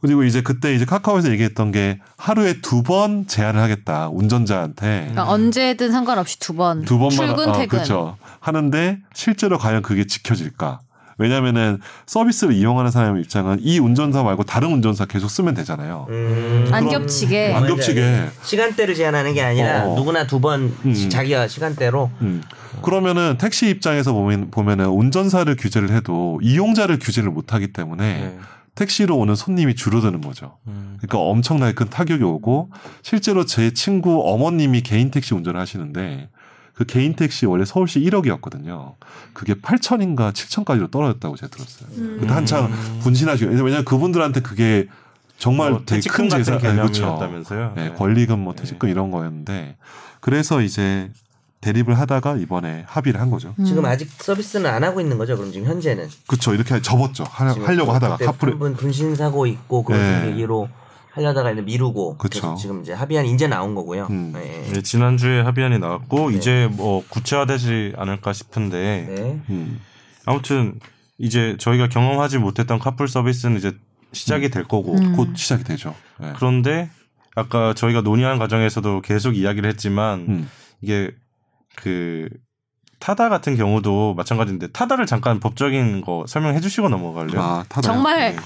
Speaker 3: 그리고 이제 그때 이제 카카오에서 얘기했던 게 하루에 두 번 제한을 하겠다 운전자한테
Speaker 2: 그러니까 언제든 상관없이 두 번.
Speaker 3: 음. 두 번만
Speaker 2: 출근
Speaker 3: 어,
Speaker 2: 퇴근.
Speaker 3: 그렇죠. 하는데 실제로 과연 그게 지켜질까? 왜냐면은 서비스를 이용하는 사람의 입장은 이 운전사 말고 다른 운전사 계속 쓰면 되잖아요.
Speaker 4: 음.
Speaker 2: 안 겹치게.
Speaker 3: 안 겹치게.
Speaker 4: 시간대를 제한하는 게 아니라
Speaker 3: 어.
Speaker 4: 누구나 두 번
Speaker 3: 음.
Speaker 4: 자기가 시간대로
Speaker 3: 음. 그러면은 택시 입장에서 보면 보면은 운전사를 규제를 해도 이용자를 규제를 못 하기 때문에
Speaker 1: 네.
Speaker 3: 택시로 오는 손님이 줄어드는 거죠.
Speaker 1: 음.
Speaker 3: 그러니까 엄청나게 큰 타격이 오고 실제로 제 친구 어머님이 개인 택시 운전을 하시는데 그 개인 택시 원래 서울시 1억이었거든요. 그게 8천인가 7천까지로 떨어졌다고 제가 들었어요.
Speaker 2: 음.
Speaker 3: 그때 한창 분신하시고 왜냐면 그분들한테 그게 정말
Speaker 1: 음. 뭐
Speaker 3: 되게
Speaker 1: 퇴직금
Speaker 3: 큰
Speaker 1: 같은
Speaker 3: 재산 아,
Speaker 1: 개념이었다면서요.
Speaker 3: 네,
Speaker 1: 네.
Speaker 3: 권리금 뭐 퇴직금 이런 거였는데 그래서 이제 대립을 하다가 이번에 합의를 한 거죠.
Speaker 4: 지금
Speaker 2: 음.
Speaker 4: 아직 서비스는 안 하고 있는 거죠. 그럼 지금 현재는
Speaker 3: 그쵸 이렇게 접었죠. 하,
Speaker 4: 지금
Speaker 3: 하려고 하다가
Speaker 4: 그때
Speaker 3: 카풀을
Speaker 4: 한분 분신 사고 있고 그런
Speaker 3: 네.
Speaker 4: 계기로 하려다가 이제 미루고
Speaker 3: 그쵸.
Speaker 4: 그래서 지금 이제 합의안 이제 나온 거고요.
Speaker 3: 음.
Speaker 4: 네.
Speaker 1: 네, 지난주에 합의안이 나왔고
Speaker 4: 네.
Speaker 1: 이제 뭐 구체화되지 않을까 싶은데
Speaker 4: 네.
Speaker 3: 음,
Speaker 1: 아무튼 이제 저희가 경험하지 못했던 카풀 서비스는 이제 시작이 될 거고
Speaker 2: 음.
Speaker 3: 곧 시작이 되죠. 네.
Speaker 1: 그런데 아까 저희가 논의한 과정에서도 계속 이야기를 했지만
Speaker 3: 음,
Speaker 1: 이게 그 타다 같은 경우도 마찬가지인데 타다를 잠깐 법적인 거 설명해 주시고 넘어갈래요.
Speaker 3: 아 타다
Speaker 2: 정말
Speaker 4: 네.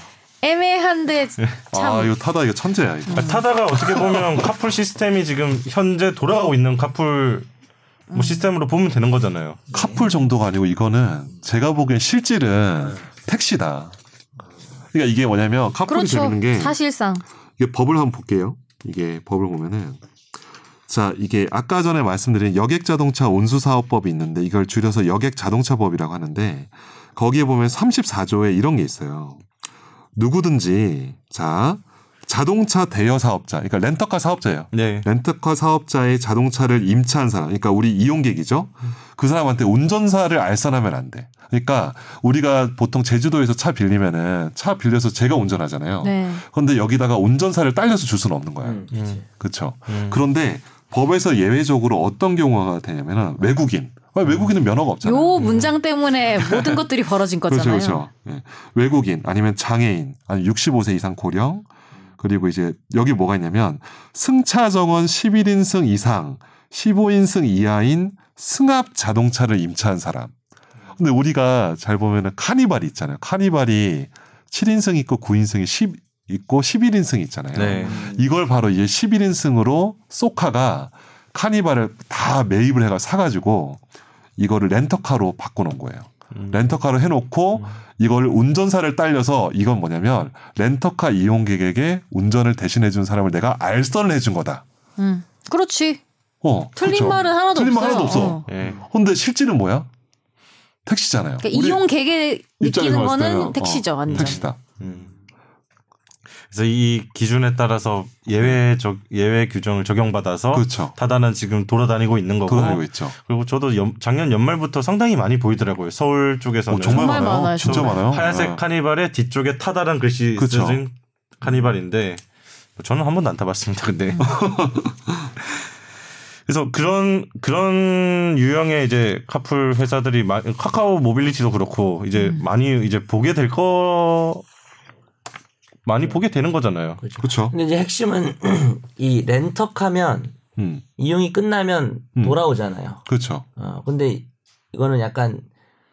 Speaker 2: 애매한데 참 음.
Speaker 3: 아 이거 타다 이거 천재야 이거.
Speaker 1: 그러니까 타다가 어떻게 보면 카풀 시스템이 지금 현재 돌아가고 있는 카풀 뭐 시스템으로 보면 되는 거잖아요.
Speaker 3: 카풀 정도가 아니고 이거는 제가 보기엔 실질은 택시다. 그러니까 이게 뭐냐면 카풀이
Speaker 2: 그렇죠.
Speaker 3: 재밌는 게
Speaker 2: 사실상
Speaker 3: 이게 법을 한번 볼게요. 이게 법을 보면은 자 이게 아까 전에 말씀드린 여객 자동차 온수 사업법이 있는데 이걸 줄여서 여객 자동차법이라고 하는데 거기에 보면 34조에 이런 게 있어요. 누구든지 자 자동차 대여 사업자, 그러니까 렌터카 사업자예요.
Speaker 1: 네.
Speaker 3: 렌터카 사업자의 자동차를 임차한 사람, 그러니까 우리 이용객이죠. 그 사람한테 운전사를 알선하면 안 돼. 그러니까 우리가 보통 제주도에서 차 빌리면은 차 빌려서 제가 운전하잖아요.
Speaker 2: 네.
Speaker 3: 그런데 여기다가 운전사를 딸려서 줄 수는 없는 거예요.
Speaker 4: 음, 그치.
Speaker 3: 그렇죠.
Speaker 1: 음.
Speaker 3: 그런데 법에서 예외적으로 어떤 경우가 되냐면은 외국인.
Speaker 1: 음.
Speaker 3: 왜 외국인은 면허가 없잖아요. 네.
Speaker 2: 요 문장 때문에 모든 것들이 벌어진
Speaker 3: 그렇죠,
Speaker 2: 거잖아요.
Speaker 3: 그렇죠. 예. 외국인 아니면 장애인 아니 면 65세 이상 고령 그리고 이제 여기 뭐가 있냐면 승차 정원 11인승 이상 15인승 이하인 승합 자동차를 임차한 사람. 근데 우리가 잘 보면은 카니발이 있잖아요. 카니발이 7인승 있고 9인승이 10 있고 11인승 있잖아요.
Speaker 4: 음.
Speaker 1: 네.
Speaker 2: 음,
Speaker 3: 이걸 바로 이제 11인승으로 소카가 카니발을 다 매입을 해가 사가지고 이거를 렌터카로 바꿔놓은 거예요.
Speaker 1: 음.
Speaker 3: 렌터카로 해놓고 이걸 운전사를 딸려서 이건 뭐냐면 렌터카 이용객에게 운전을 대신해준 사람을 내가 알선을 해준 거다.
Speaker 2: 음. 그렇지.
Speaker 3: 어,
Speaker 2: 틀린
Speaker 3: 그렇죠.
Speaker 2: 말은 하나도
Speaker 3: 틀린 말
Speaker 2: 없어요.
Speaker 3: 하나도 없어.
Speaker 2: 어.
Speaker 1: 예.
Speaker 3: 근데 실질은 뭐야? 택시잖아요.
Speaker 2: 그러니까
Speaker 3: 우리
Speaker 2: 이용객에
Speaker 3: 입장에서
Speaker 2: 느끼는
Speaker 3: 봤을 때는,
Speaker 2: 거는
Speaker 3: 어,
Speaker 2: 택시죠, 완전.
Speaker 3: 택시다.
Speaker 1: 음. 그래서 이 기준에 따라서 예외적 예외 규정을 적용받아서
Speaker 3: 그렇죠.
Speaker 1: 타다는 지금 돌아다니고 있는 거고
Speaker 3: 돌아다니고 있죠. 어,
Speaker 1: 그리고 저도 연- 작년 연말부터 상당히 많이 보이더라고요. 서울 쪽에서는
Speaker 3: 어, 정말,
Speaker 2: 정말
Speaker 3: 많아요.
Speaker 2: 많아요,
Speaker 3: 진짜
Speaker 2: 정말.
Speaker 3: 많아요.
Speaker 1: 하얀색
Speaker 3: 네.
Speaker 1: 카니발의 뒤쪽에 타다란 글씨
Speaker 3: 그쵸.
Speaker 1: 쓰진 카니발인데 저는 한 번도 안 타봤습니다.
Speaker 3: <laughs>
Speaker 1: 근데 그래서 그런 그런 유형의 이제 카풀 회사들이 마- 카카오 모빌리티도 그렇고 이제
Speaker 4: 음.
Speaker 1: 많이 이제 보게 될 거 많이 보게 되는 거잖아요.
Speaker 3: 그렇죠.
Speaker 4: 근데 이제 핵심은 <clears throat> 이 렌터카면
Speaker 3: 음,
Speaker 4: 이용이 끝나면
Speaker 3: 음.
Speaker 4: 돌아오잖아요.
Speaker 3: 그렇죠.
Speaker 4: 어, 근데 이거는 약간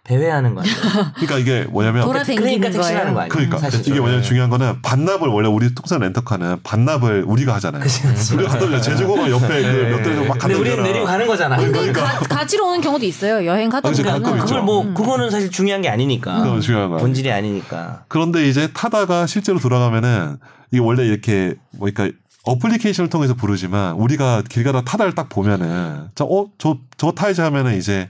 Speaker 4: 배회하는 거
Speaker 2: <laughs>
Speaker 4: 아니에요?
Speaker 3: 그러니까 이게 뭐냐면
Speaker 2: 돌아다니는
Speaker 4: 그러니까
Speaker 2: 거예요.
Speaker 4: 택시라는 거 아니에요?
Speaker 3: 그러니까
Speaker 4: 사실
Speaker 3: 이게 뭐냐면 중요한 거는 반납을 원래 우리 통상 렌터카는 반납을 우리가 하잖아요. 우리가 갖다 주잖아요. 제주공항 옆에
Speaker 1: 네.
Speaker 3: 그몇 대에서 막
Speaker 4: 근데
Speaker 3: 갖다
Speaker 4: 우리는 내리고
Speaker 3: 주잖아.
Speaker 4: 가는 거잖아.
Speaker 3: <laughs>
Speaker 2: 근데 그러니까 가, 가지러 오는 경우도 있어요. 여행 가다
Speaker 3: 그러니까. 아, 그치,
Speaker 2: 보면은.
Speaker 3: 가끔 있죠.
Speaker 4: 그걸
Speaker 2: 음.
Speaker 4: 뭐 그거는 사실 중요한 게 아니니까.
Speaker 3: 그건 중요한 거야.
Speaker 4: 본질이 아니니까.
Speaker 3: 그런데 이제 타다가 실제로 돌아가면은 이게 원래 이렇게 뭐니까 어플리케이션을 통해서 부르지만 우리가 길 가다 타다를 딱 보면은 저어저저 타이즈 하면은 이제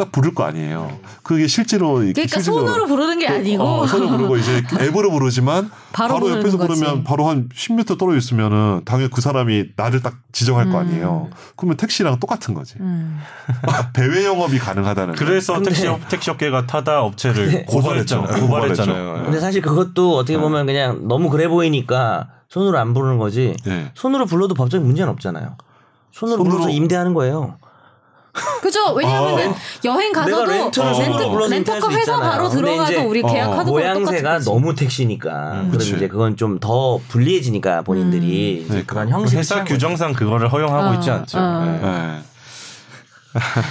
Speaker 3: 딱 부를 거 아니에요. 그게 실제로 이렇게
Speaker 2: 그러니까
Speaker 3: 실질적으로-
Speaker 2: 손으로 부르는 게 아니고
Speaker 3: 어, 손으로 부르고
Speaker 2: <laughs>
Speaker 3: 이제 앱으로 부르지만
Speaker 2: 바로
Speaker 3: 바로,
Speaker 2: 부르는
Speaker 3: 옆에서
Speaker 2: 거지.
Speaker 3: 부르면 바로 한 10m 떨어져 있으면은 당연히 그 사람이 나를 딱 지정할 거 아니에요. 그러면 택시랑 똑같은 거지. <laughs>
Speaker 2: 음.
Speaker 3: 배외 영업이 가능하다는. 거.
Speaker 1: 그래서 택시 업- 택시 업계가 타다 업체를 고발했잖아요.
Speaker 3: 고발했잖아요.
Speaker 1: 고발했잖아요.
Speaker 4: 근데 사실 그것도 어떻게 보면 그냥 너무 그래 보이니까 손으로 안 부르는 거지.
Speaker 3: 예.
Speaker 4: 손으로 불러도 법적인 문제는 없잖아요. 손으로,
Speaker 3: 손으로-
Speaker 4: 불러서 임대하는 거예요.
Speaker 2: 그죠? 왜냐하면
Speaker 3: 어.
Speaker 2: 여행 가서도
Speaker 4: 아, 내가 렌트를
Speaker 1: 손으로
Speaker 4: 불러서
Speaker 2: 렌트, 렌터카
Speaker 4: 인터넷에
Speaker 2: 회사
Speaker 4: 있잖아.
Speaker 2: 바로
Speaker 4: 근데
Speaker 2: 들어가서
Speaker 4: 이제
Speaker 2: 우리 계약하는 거랑
Speaker 4: 모양새가
Speaker 2: 똑같은 거지.
Speaker 4: 너무 택시니까 그럼
Speaker 3: 그치.
Speaker 4: 이제 그건 좀 더 불리해지니까
Speaker 2: 음.
Speaker 4: 본인들이 이제 아,
Speaker 3: 그러니까.
Speaker 4: 그런 형식
Speaker 1: 회사 규정상 그거를 허용하고
Speaker 2: 어,
Speaker 1: 있지 않죠.
Speaker 2: 어.
Speaker 1: 네.
Speaker 3: 예. <laughs>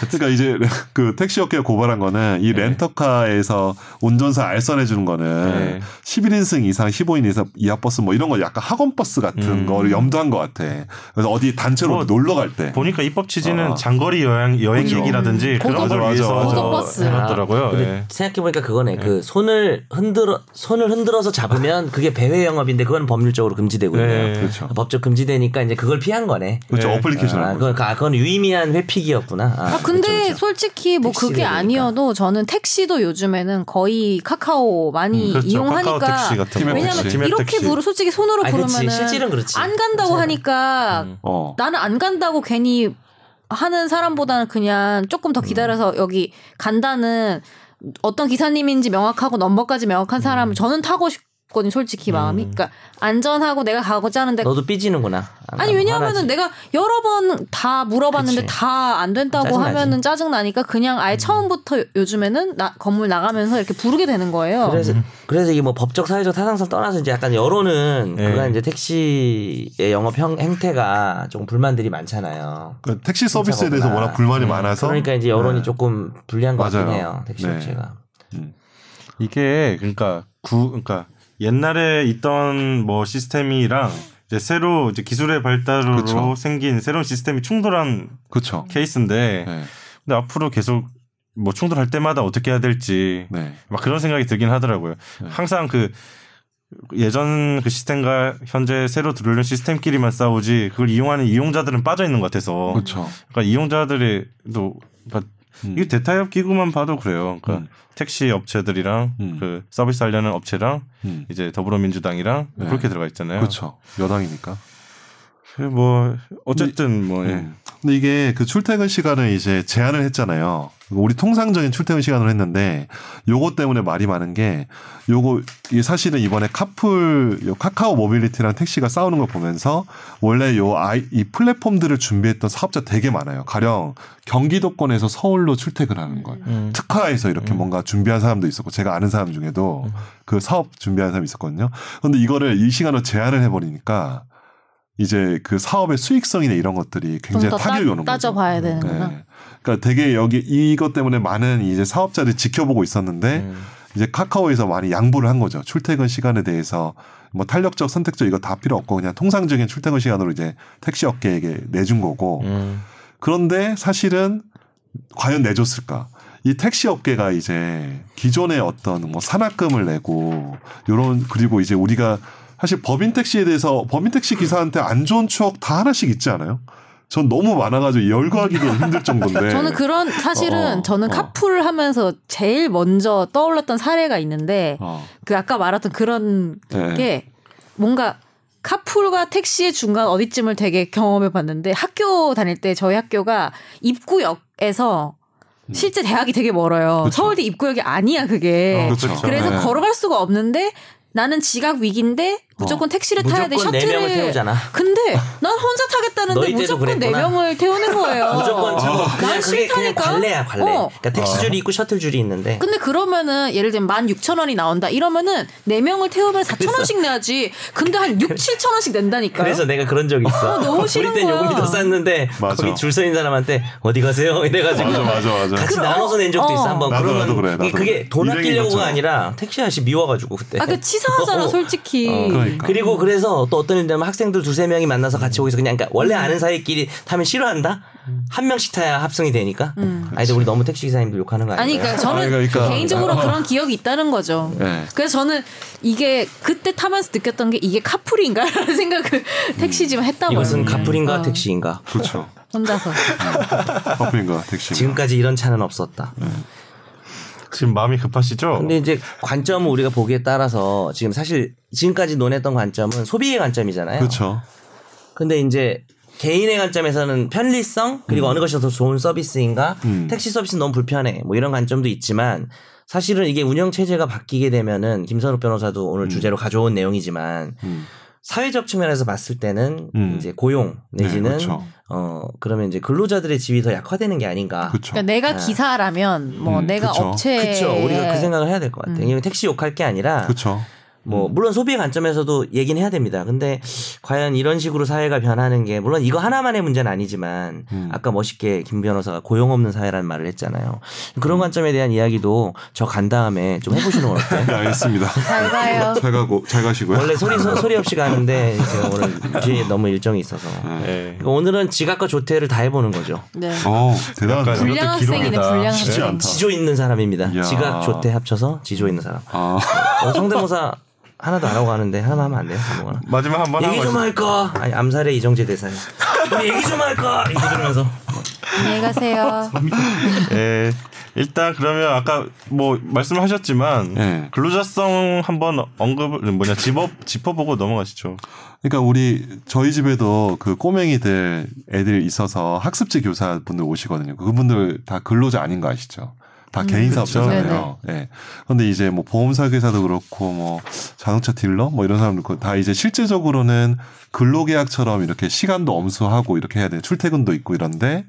Speaker 3: 그러니까 이제 그 택시 업계가 고발한 거는 이 렌터카에서 운전사 알선해 주는
Speaker 1: 네.
Speaker 3: 거는 11인승 이상, 15인 이상 이하 버스 뭐 이런 거 약간 학원 버스 같은
Speaker 1: 음.
Speaker 3: 거를 염두한 것 같아. 그래서 어디 단체로
Speaker 1: 뭐,
Speaker 3: 놀러 갈 때.
Speaker 1: 보니까 입법 취지는
Speaker 3: 아.
Speaker 1: 장거리 여행 여행객이라든지
Speaker 2: 그죠.
Speaker 1: 그런 걸
Speaker 3: 맞아,
Speaker 1: 그렇죠. 음, 위해서
Speaker 3: 맞아.
Speaker 2: 고속버스.
Speaker 1: 해놨더라고요.
Speaker 4: 근데
Speaker 1: 예.
Speaker 4: 생각해보니까 그거네. 그 손을 흔들어 손을 흔들어서 잡으면 그게 배회 영업인데 그건 법률적으로 금지되고 있네요.
Speaker 1: 예.
Speaker 3: 그렇죠.
Speaker 4: 아, 법적 금지되니까 이제 그걸 피한 거네.
Speaker 3: 그렇죠.
Speaker 1: 네.
Speaker 3: 어플리케이션
Speaker 4: 아,
Speaker 3: 하는
Speaker 4: 그건, 아, 그건 유의미한 회피기였구나. 아,
Speaker 2: 아, 근데
Speaker 4: 그렇죠, 그렇죠.
Speaker 2: 솔직히 뭐
Speaker 4: 택시를
Speaker 2: 그게
Speaker 4: 그러니까.
Speaker 2: 아니어도 저는 택시도 요즘에는 거의 카카오
Speaker 3: 음,
Speaker 2: 많이
Speaker 1: 그렇죠.
Speaker 2: 이용하니까
Speaker 1: 카카오 택시 같은 거.
Speaker 2: 아, 왜냐면
Speaker 1: 팀앱
Speaker 2: 이렇게
Speaker 1: 택시.
Speaker 2: 부르 솔직히 손으로
Speaker 4: 아니, 그치.
Speaker 2: 부르면은
Speaker 4: 실질은 그렇지.
Speaker 2: 안 간다고
Speaker 4: 맞아요.
Speaker 2: 하니까
Speaker 4: 음.
Speaker 3: 어.
Speaker 2: 나는 안 간다고 괜히 하는 사람보다는 그냥 조금
Speaker 4: 음.
Speaker 2: 더 기다려서 여기 간다는 어떤 기사님인지 명확하고 넘버까지 명확한
Speaker 4: 음.
Speaker 2: 사람을 저는 타고 싶거든 솔직히 마음이 그러니까 안전하고 내가 가고자 하는데
Speaker 4: 너도 삐지는구나. 아,
Speaker 2: 아니
Speaker 4: 화나지.
Speaker 2: 왜냐하면은 내가 여러 번 다 물어봤는데
Speaker 4: 그치.
Speaker 2: 다 안 된다고
Speaker 4: 짜증나지.
Speaker 2: 하면은 짜증 나니까 그냥 아예 처음부터 요- 요즘에는 나, 건물 나가면서 이렇게 부르게 되는 거예요.
Speaker 4: 그래서
Speaker 3: 음.
Speaker 4: 그래서 이게 뭐 법적 사회적 타당성 떠나서 이제 약간 여론은
Speaker 3: 네.
Speaker 1: 예.
Speaker 4: 그간 이제 택시의 영업 형, 행태가 조금 불만들이 많잖아요.
Speaker 3: 그러니까 택시 서비스에 대해서
Speaker 4: 괜찮구나.
Speaker 3: 워낙 불만이 많아서
Speaker 4: 그러니까 이제 여론이
Speaker 3: 네.
Speaker 4: 조금 불리한 것 같긴
Speaker 3: 맞아요.
Speaker 4: 해요. 택시
Speaker 3: 네.
Speaker 4: 업체가.
Speaker 1: 이게 그러니까 구 그러니까 옛날에 있던 뭐 시스템이랑 이제 새로 이제 기술의 발달로
Speaker 3: 그쵸.
Speaker 1: 생긴 새로운 시스템이 충돌한
Speaker 3: 그렇죠.
Speaker 1: 케이스인데
Speaker 3: 네.
Speaker 1: 근데 앞으로 계속 뭐 충돌할 때마다 어떻게 해야 될지
Speaker 3: 네.
Speaker 1: 막 그런 생각이 들긴 하더라고요. 항상 그 예전 그 시스템과 현재 새로 들어오는 시스템끼리만 싸우지 그걸 이용하는 이용자들은 빠져 있는 것 같아서
Speaker 3: 그렇죠.
Speaker 1: 그러니까 이용자들이도 그러니까
Speaker 3: 음.
Speaker 1: 이게 대타협 기구만 봐도 그래요. 그러니까
Speaker 3: 음.
Speaker 1: 택시 업체들이랑
Speaker 3: 음.
Speaker 1: 그 서비스 하려는 업체랑
Speaker 3: 음.
Speaker 1: 이제 더불어민주당이랑
Speaker 3: 네.
Speaker 1: 그렇게 들어가 있잖아요.
Speaker 3: 그렇죠. 여당이니까.
Speaker 1: 그뭐 어쨌든 뭐 예.
Speaker 3: 음. 근데 이게 그 출퇴근 시간을 이제 제한을 했잖아요. 우리 통상적인 출퇴근 시간을 했는데 요거 때문에 말이 많은 게 요거 이 사실은 이번에 카풀 요 카카오 모빌리티랑 택시가 싸우는 걸 보면서 원래 요 아이 이 플랫폼들을 준비했던 사업자 되게 많아요. 가령 경기도권에서 서울로
Speaker 2: 음.
Speaker 3: 출퇴근하는 걸 특화해서 이렇게 뭔가 준비한 사람도 있었고 제가 아는 사람 중에도
Speaker 2: 음.
Speaker 3: 그 사업 준비한 사람이 있었거든요. 근데 이거를 이 시간으로 제한을 해버리니까 이제 그 사업의 수익성이나 이런
Speaker 2: 좀
Speaker 3: 것들이 굉장히
Speaker 2: 더
Speaker 3: 타격이 오는 거죠.
Speaker 2: 따져봐야 되는구나.
Speaker 3: 네. 그러니까 되게 여기 이것 때문에 많은 이제 사업자를 지켜보고 있었는데
Speaker 2: 음.
Speaker 3: 이제 카카오에서 많이 양보를 한 거죠. 출퇴근 시간에 대해서 뭐 탄력적 선택적 이거 다 필요 없고 그냥 통상적인 출퇴근 시간으로 이제 택시 업계에게 내준 거고
Speaker 4: 음.
Speaker 3: 그런데 사실은 과연 내줬을까? 이 택시 업계가 이제 기존의 어떤 뭐 산악금을 내고 요런 그리고 이제 우리가 사실 법인 택시에 대해서 법인 택시 기사한테 안 좋은 추억 다 하나씩 있지 않아요? 전 너무 많아가지고 열거하기도 힘들 정도인데.
Speaker 2: <laughs> 저는 그런 사실은
Speaker 3: 네. 어,
Speaker 2: 저는
Speaker 3: 어.
Speaker 2: 카풀을 하면서 제일 먼저 떠올랐던 사례가 있는데
Speaker 3: 어.
Speaker 2: 그 아까 말했던 그런
Speaker 3: 네.
Speaker 2: 게 뭔가 카풀과 택시의 중간 어디쯤을 되게 경험해 봤는데 학교 다닐 때 저희 학교가 입구역에서 실제 대학이 되게 멀어요.
Speaker 3: 음. 그쵸.
Speaker 2: 서울대 입구역이 아니야 그게.
Speaker 3: 그쵸.
Speaker 1: 그렇죠.
Speaker 2: 예. 그래서
Speaker 3: 네.
Speaker 2: 걸어갈 수가 없는데 나는 지각 위기인데
Speaker 3: 어.
Speaker 2: 무조건 택시를 타야 돼.
Speaker 4: 무조건 네 명을
Speaker 2: 셔틀을
Speaker 4: 태우잖아.
Speaker 2: 근데 난 혼자 타겠다는데
Speaker 4: 너희 때도
Speaker 2: 무조건 네
Speaker 4: 그랬구나.
Speaker 2: 명을 태우는 거예요.
Speaker 4: <laughs> 무조건 차고
Speaker 2: 어.
Speaker 4: 뭐
Speaker 3: 아,
Speaker 2: 난
Speaker 4: 그냥 그게 그냥
Speaker 2: 싫다니까.
Speaker 4: 관례야 관례.
Speaker 2: 어.
Speaker 4: 그러니까 택시 줄이 있고 셔틀 줄이 있는데.
Speaker 2: 근데 그러면은 예를 들면 만 육천 원이 나온다 이러면은 네 명을 태우면 사천 원씩 내야지. 근데 한 육칠천 원씩 낸다니까요.
Speaker 4: 그래서 내가 그런 적이 있어.
Speaker 2: 어, 그러니까? 너무 싫은
Speaker 4: 우리 땐
Speaker 2: 거야.
Speaker 4: 요금이 더 쌌는데
Speaker 3: 맞아.
Speaker 4: 거기 줄 서 있는 사람한테 어디 가세요? <laughs> 이래가지고
Speaker 3: 맞아, 맞아, 맞아.
Speaker 4: 같이
Speaker 2: 그럼,
Speaker 4: 나눠서 낸 적도
Speaker 2: 어.
Speaker 4: 있어 한번.
Speaker 3: 나도,
Speaker 4: 그러면
Speaker 3: 나도 그래, 나도
Speaker 4: 이게 그게
Speaker 3: 그래.
Speaker 4: 돈 아끼려고가
Speaker 3: 일행인 것처럼.
Speaker 4: 아니라 택시 아저씨 미워가지고 그때.
Speaker 2: 아, 그 치사하잖아,
Speaker 4: 어.
Speaker 2: 솔직히.
Speaker 3: 그러니까. 음.
Speaker 4: 리고 그래서 또 어떤 일냐면 학생들 두세 명이 만나서 같이 오기서 그냥 그러니까 원래 아는 사이끼리 타면 싫어한다. 한 명씩 타야 합성이 되니까.
Speaker 2: 음.
Speaker 4: 아니 근데 우리 너무 택시 기사님들 욕하는 거 아니에요?
Speaker 2: 아니 그러니까 저는
Speaker 3: 아니, 그러니까.
Speaker 2: 개인적으로 그런 기억이 있다는 거죠.
Speaker 3: 네.
Speaker 2: 그래서 저는 이게 그때 타면서 느꼈던 게 이게 카풀인가라는 <laughs> 생각을 택시 지금 했다고요.
Speaker 4: 음. 이것은 카풀인가
Speaker 2: 어.
Speaker 4: 택시인가?
Speaker 3: 그렇죠.
Speaker 2: 혼자서.
Speaker 3: 커플인가 택시.
Speaker 4: 지금까지 이런 차는 없었다.
Speaker 1: 지금 마음이 급하시죠?
Speaker 4: 근데 이제 관점은 우리가 보기에 따라서 지금 사실 지금까지 논했던 관점은 소비의 관점이잖아요.
Speaker 3: 그렇죠.
Speaker 4: 근데 이제 개인의 관점에서는 편리성 그리고 어느 것이 더 좋은 서비스인가
Speaker 3: 음.
Speaker 4: 택시 서비스는 너무 불편해 뭐 이런 관점도 있지만 사실은 이게 운영 체제가 바뀌게 되면은 김선욱 변호사도 오늘 주제로 가져온 내용이지만
Speaker 3: 음.
Speaker 4: 사회적 측면에서 봤을 때는
Speaker 3: 음.
Speaker 4: 이제 고용
Speaker 3: 네,
Speaker 4: 내지는
Speaker 3: 그렇죠.
Speaker 4: 어 그러면 이제 근로자들의 지위 더 약화되는 게 아닌가
Speaker 3: 그렇죠.
Speaker 2: 그러니까 내가
Speaker 4: 네.
Speaker 2: 기사라면 뭐
Speaker 3: 음,
Speaker 2: 내가
Speaker 3: 그쵸.
Speaker 2: 업체
Speaker 4: 그쵸 우리가 그 생각을 해야 될 것 같아요
Speaker 2: 음.
Speaker 4: 이게 택시 욕할 게 아니라
Speaker 3: 그렇죠.
Speaker 4: 뭐 물론 소비의 관점에서도 얘기는 해야 됩니다. 근데 과연 이런 식으로 사회가 변하는 게 물론 이거 하나만의 문제는 아니지만
Speaker 3: 음.
Speaker 4: 아까 멋있게 김 변호사가 고용 없는 사회라는 말을 했잖아요. 그런 관점에 대한 이야기도 저 간 다음에 좀 해보시는 건
Speaker 3: <laughs>
Speaker 4: 어때요?
Speaker 3: 네, 알겠습니다.
Speaker 2: 잘 가요.
Speaker 3: 잘 가고 잘 가시고요.
Speaker 4: 원래 소리 소, 소리 없이 가는데 제가 오늘 뒤에 너무 일정이 있어서 그러니까
Speaker 1: 네.
Speaker 4: 오늘은 지각과 조퇴를 다 해보는 거죠.
Speaker 2: 네.
Speaker 3: 어
Speaker 1: 약간
Speaker 3: 대단하다.
Speaker 1: 이것도
Speaker 2: 불량 학생이네,
Speaker 1: 기록이다.
Speaker 2: 불량
Speaker 1: 쉽지
Speaker 2: 학생.
Speaker 3: 않다.
Speaker 4: 지조 있는 사람입니다.
Speaker 3: 이야.
Speaker 4: 지각 조퇴 합쳐서 지조 있는 사람.
Speaker 3: 아
Speaker 4: 어, 성대모사 하나도 안 하고 가는데 하나만 하면 안 돼요? 성공하나?
Speaker 1: 마지막 한번
Speaker 4: 얘기 좀
Speaker 1: 하고
Speaker 4: 할까? 아니 암살의 이정재 <laughs> 대사예요. 우리 얘기 좀 할까? 이거 들으면서
Speaker 2: 안녕히 가세요.
Speaker 1: 예. 일단 그러면 아까 뭐 말씀하셨지만
Speaker 3: 예.
Speaker 1: 근로자성 한번 언급을 뭐냐 집어 짚어보고 넘어가시죠.
Speaker 3: 그러니까 우리 저희 집에도 그 꼬맹이들 애들 있어서 학습지 교사분들 오시거든요. 그분들 다 근로자 아닌 거 아시죠? 다 개인 사업자잖아요. 예. 근데 이제 뭐 보험 설계사도 그렇고 뭐 자동차 딜러 뭐 이런 사람들 그다 이제 실제적으로는 근로계약처럼 이렇게 시간도 엄수하고 이렇게 해야 돼. 출퇴근도 있고 이런데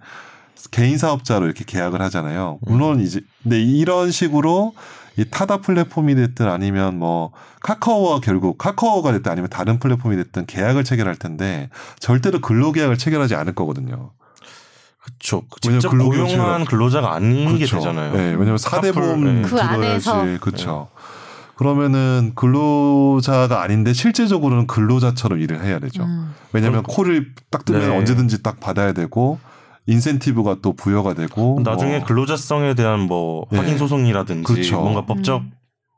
Speaker 3: 개인 사업자로 이렇게 계약을 하잖아요. 물론 이제 근데 이런 식으로 이 타다 플랫폼이 됐든 아니면 뭐 카카오와 결국 카카오가 됐든 아니면 다른 플랫폼이 됐든 계약을 체결할 텐데 절대로 근로계약을 체결하지 않을 거거든요.
Speaker 1: 그렇죠.
Speaker 3: 왜냐면
Speaker 1: 직접
Speaker 3: 근로기준으로-
Speaker 1: 고용한 근로자가 아닌 게
Speaker 3: 그렇죠.
Speaker 1: 되잖아요.
Speaker 3: 네, 왜냐면 사대
Speaker 1: 커플,
Speaker 3: 보험
Speaker 1: 네.
Speaker 2: 그 안에서.
Speaker 3: 들어야지. 그렇죠. 그러면은 근로자가 아닌데 실제적으로는 근로자처럼 일을 해야 되죠.
Speaker 2: 음.
Speaker 3: 왜냐면 코를 딱 뜨면
Speaker 1: 네.
Speaker 3: 언제든지 딱 받아야 되고 인센티브가 또 부여가 되고
Speaker 1: 나중에 그
Speaker 3: 뭐,
Speaker 1: 근로자성에 대한 뭐
Speaker 3: 네.
Speaker 1: 확인 소송이라든지
Speaker 3: 그렇죠.
Speaker 1: 뭔가 법적
Speaker 2: 음.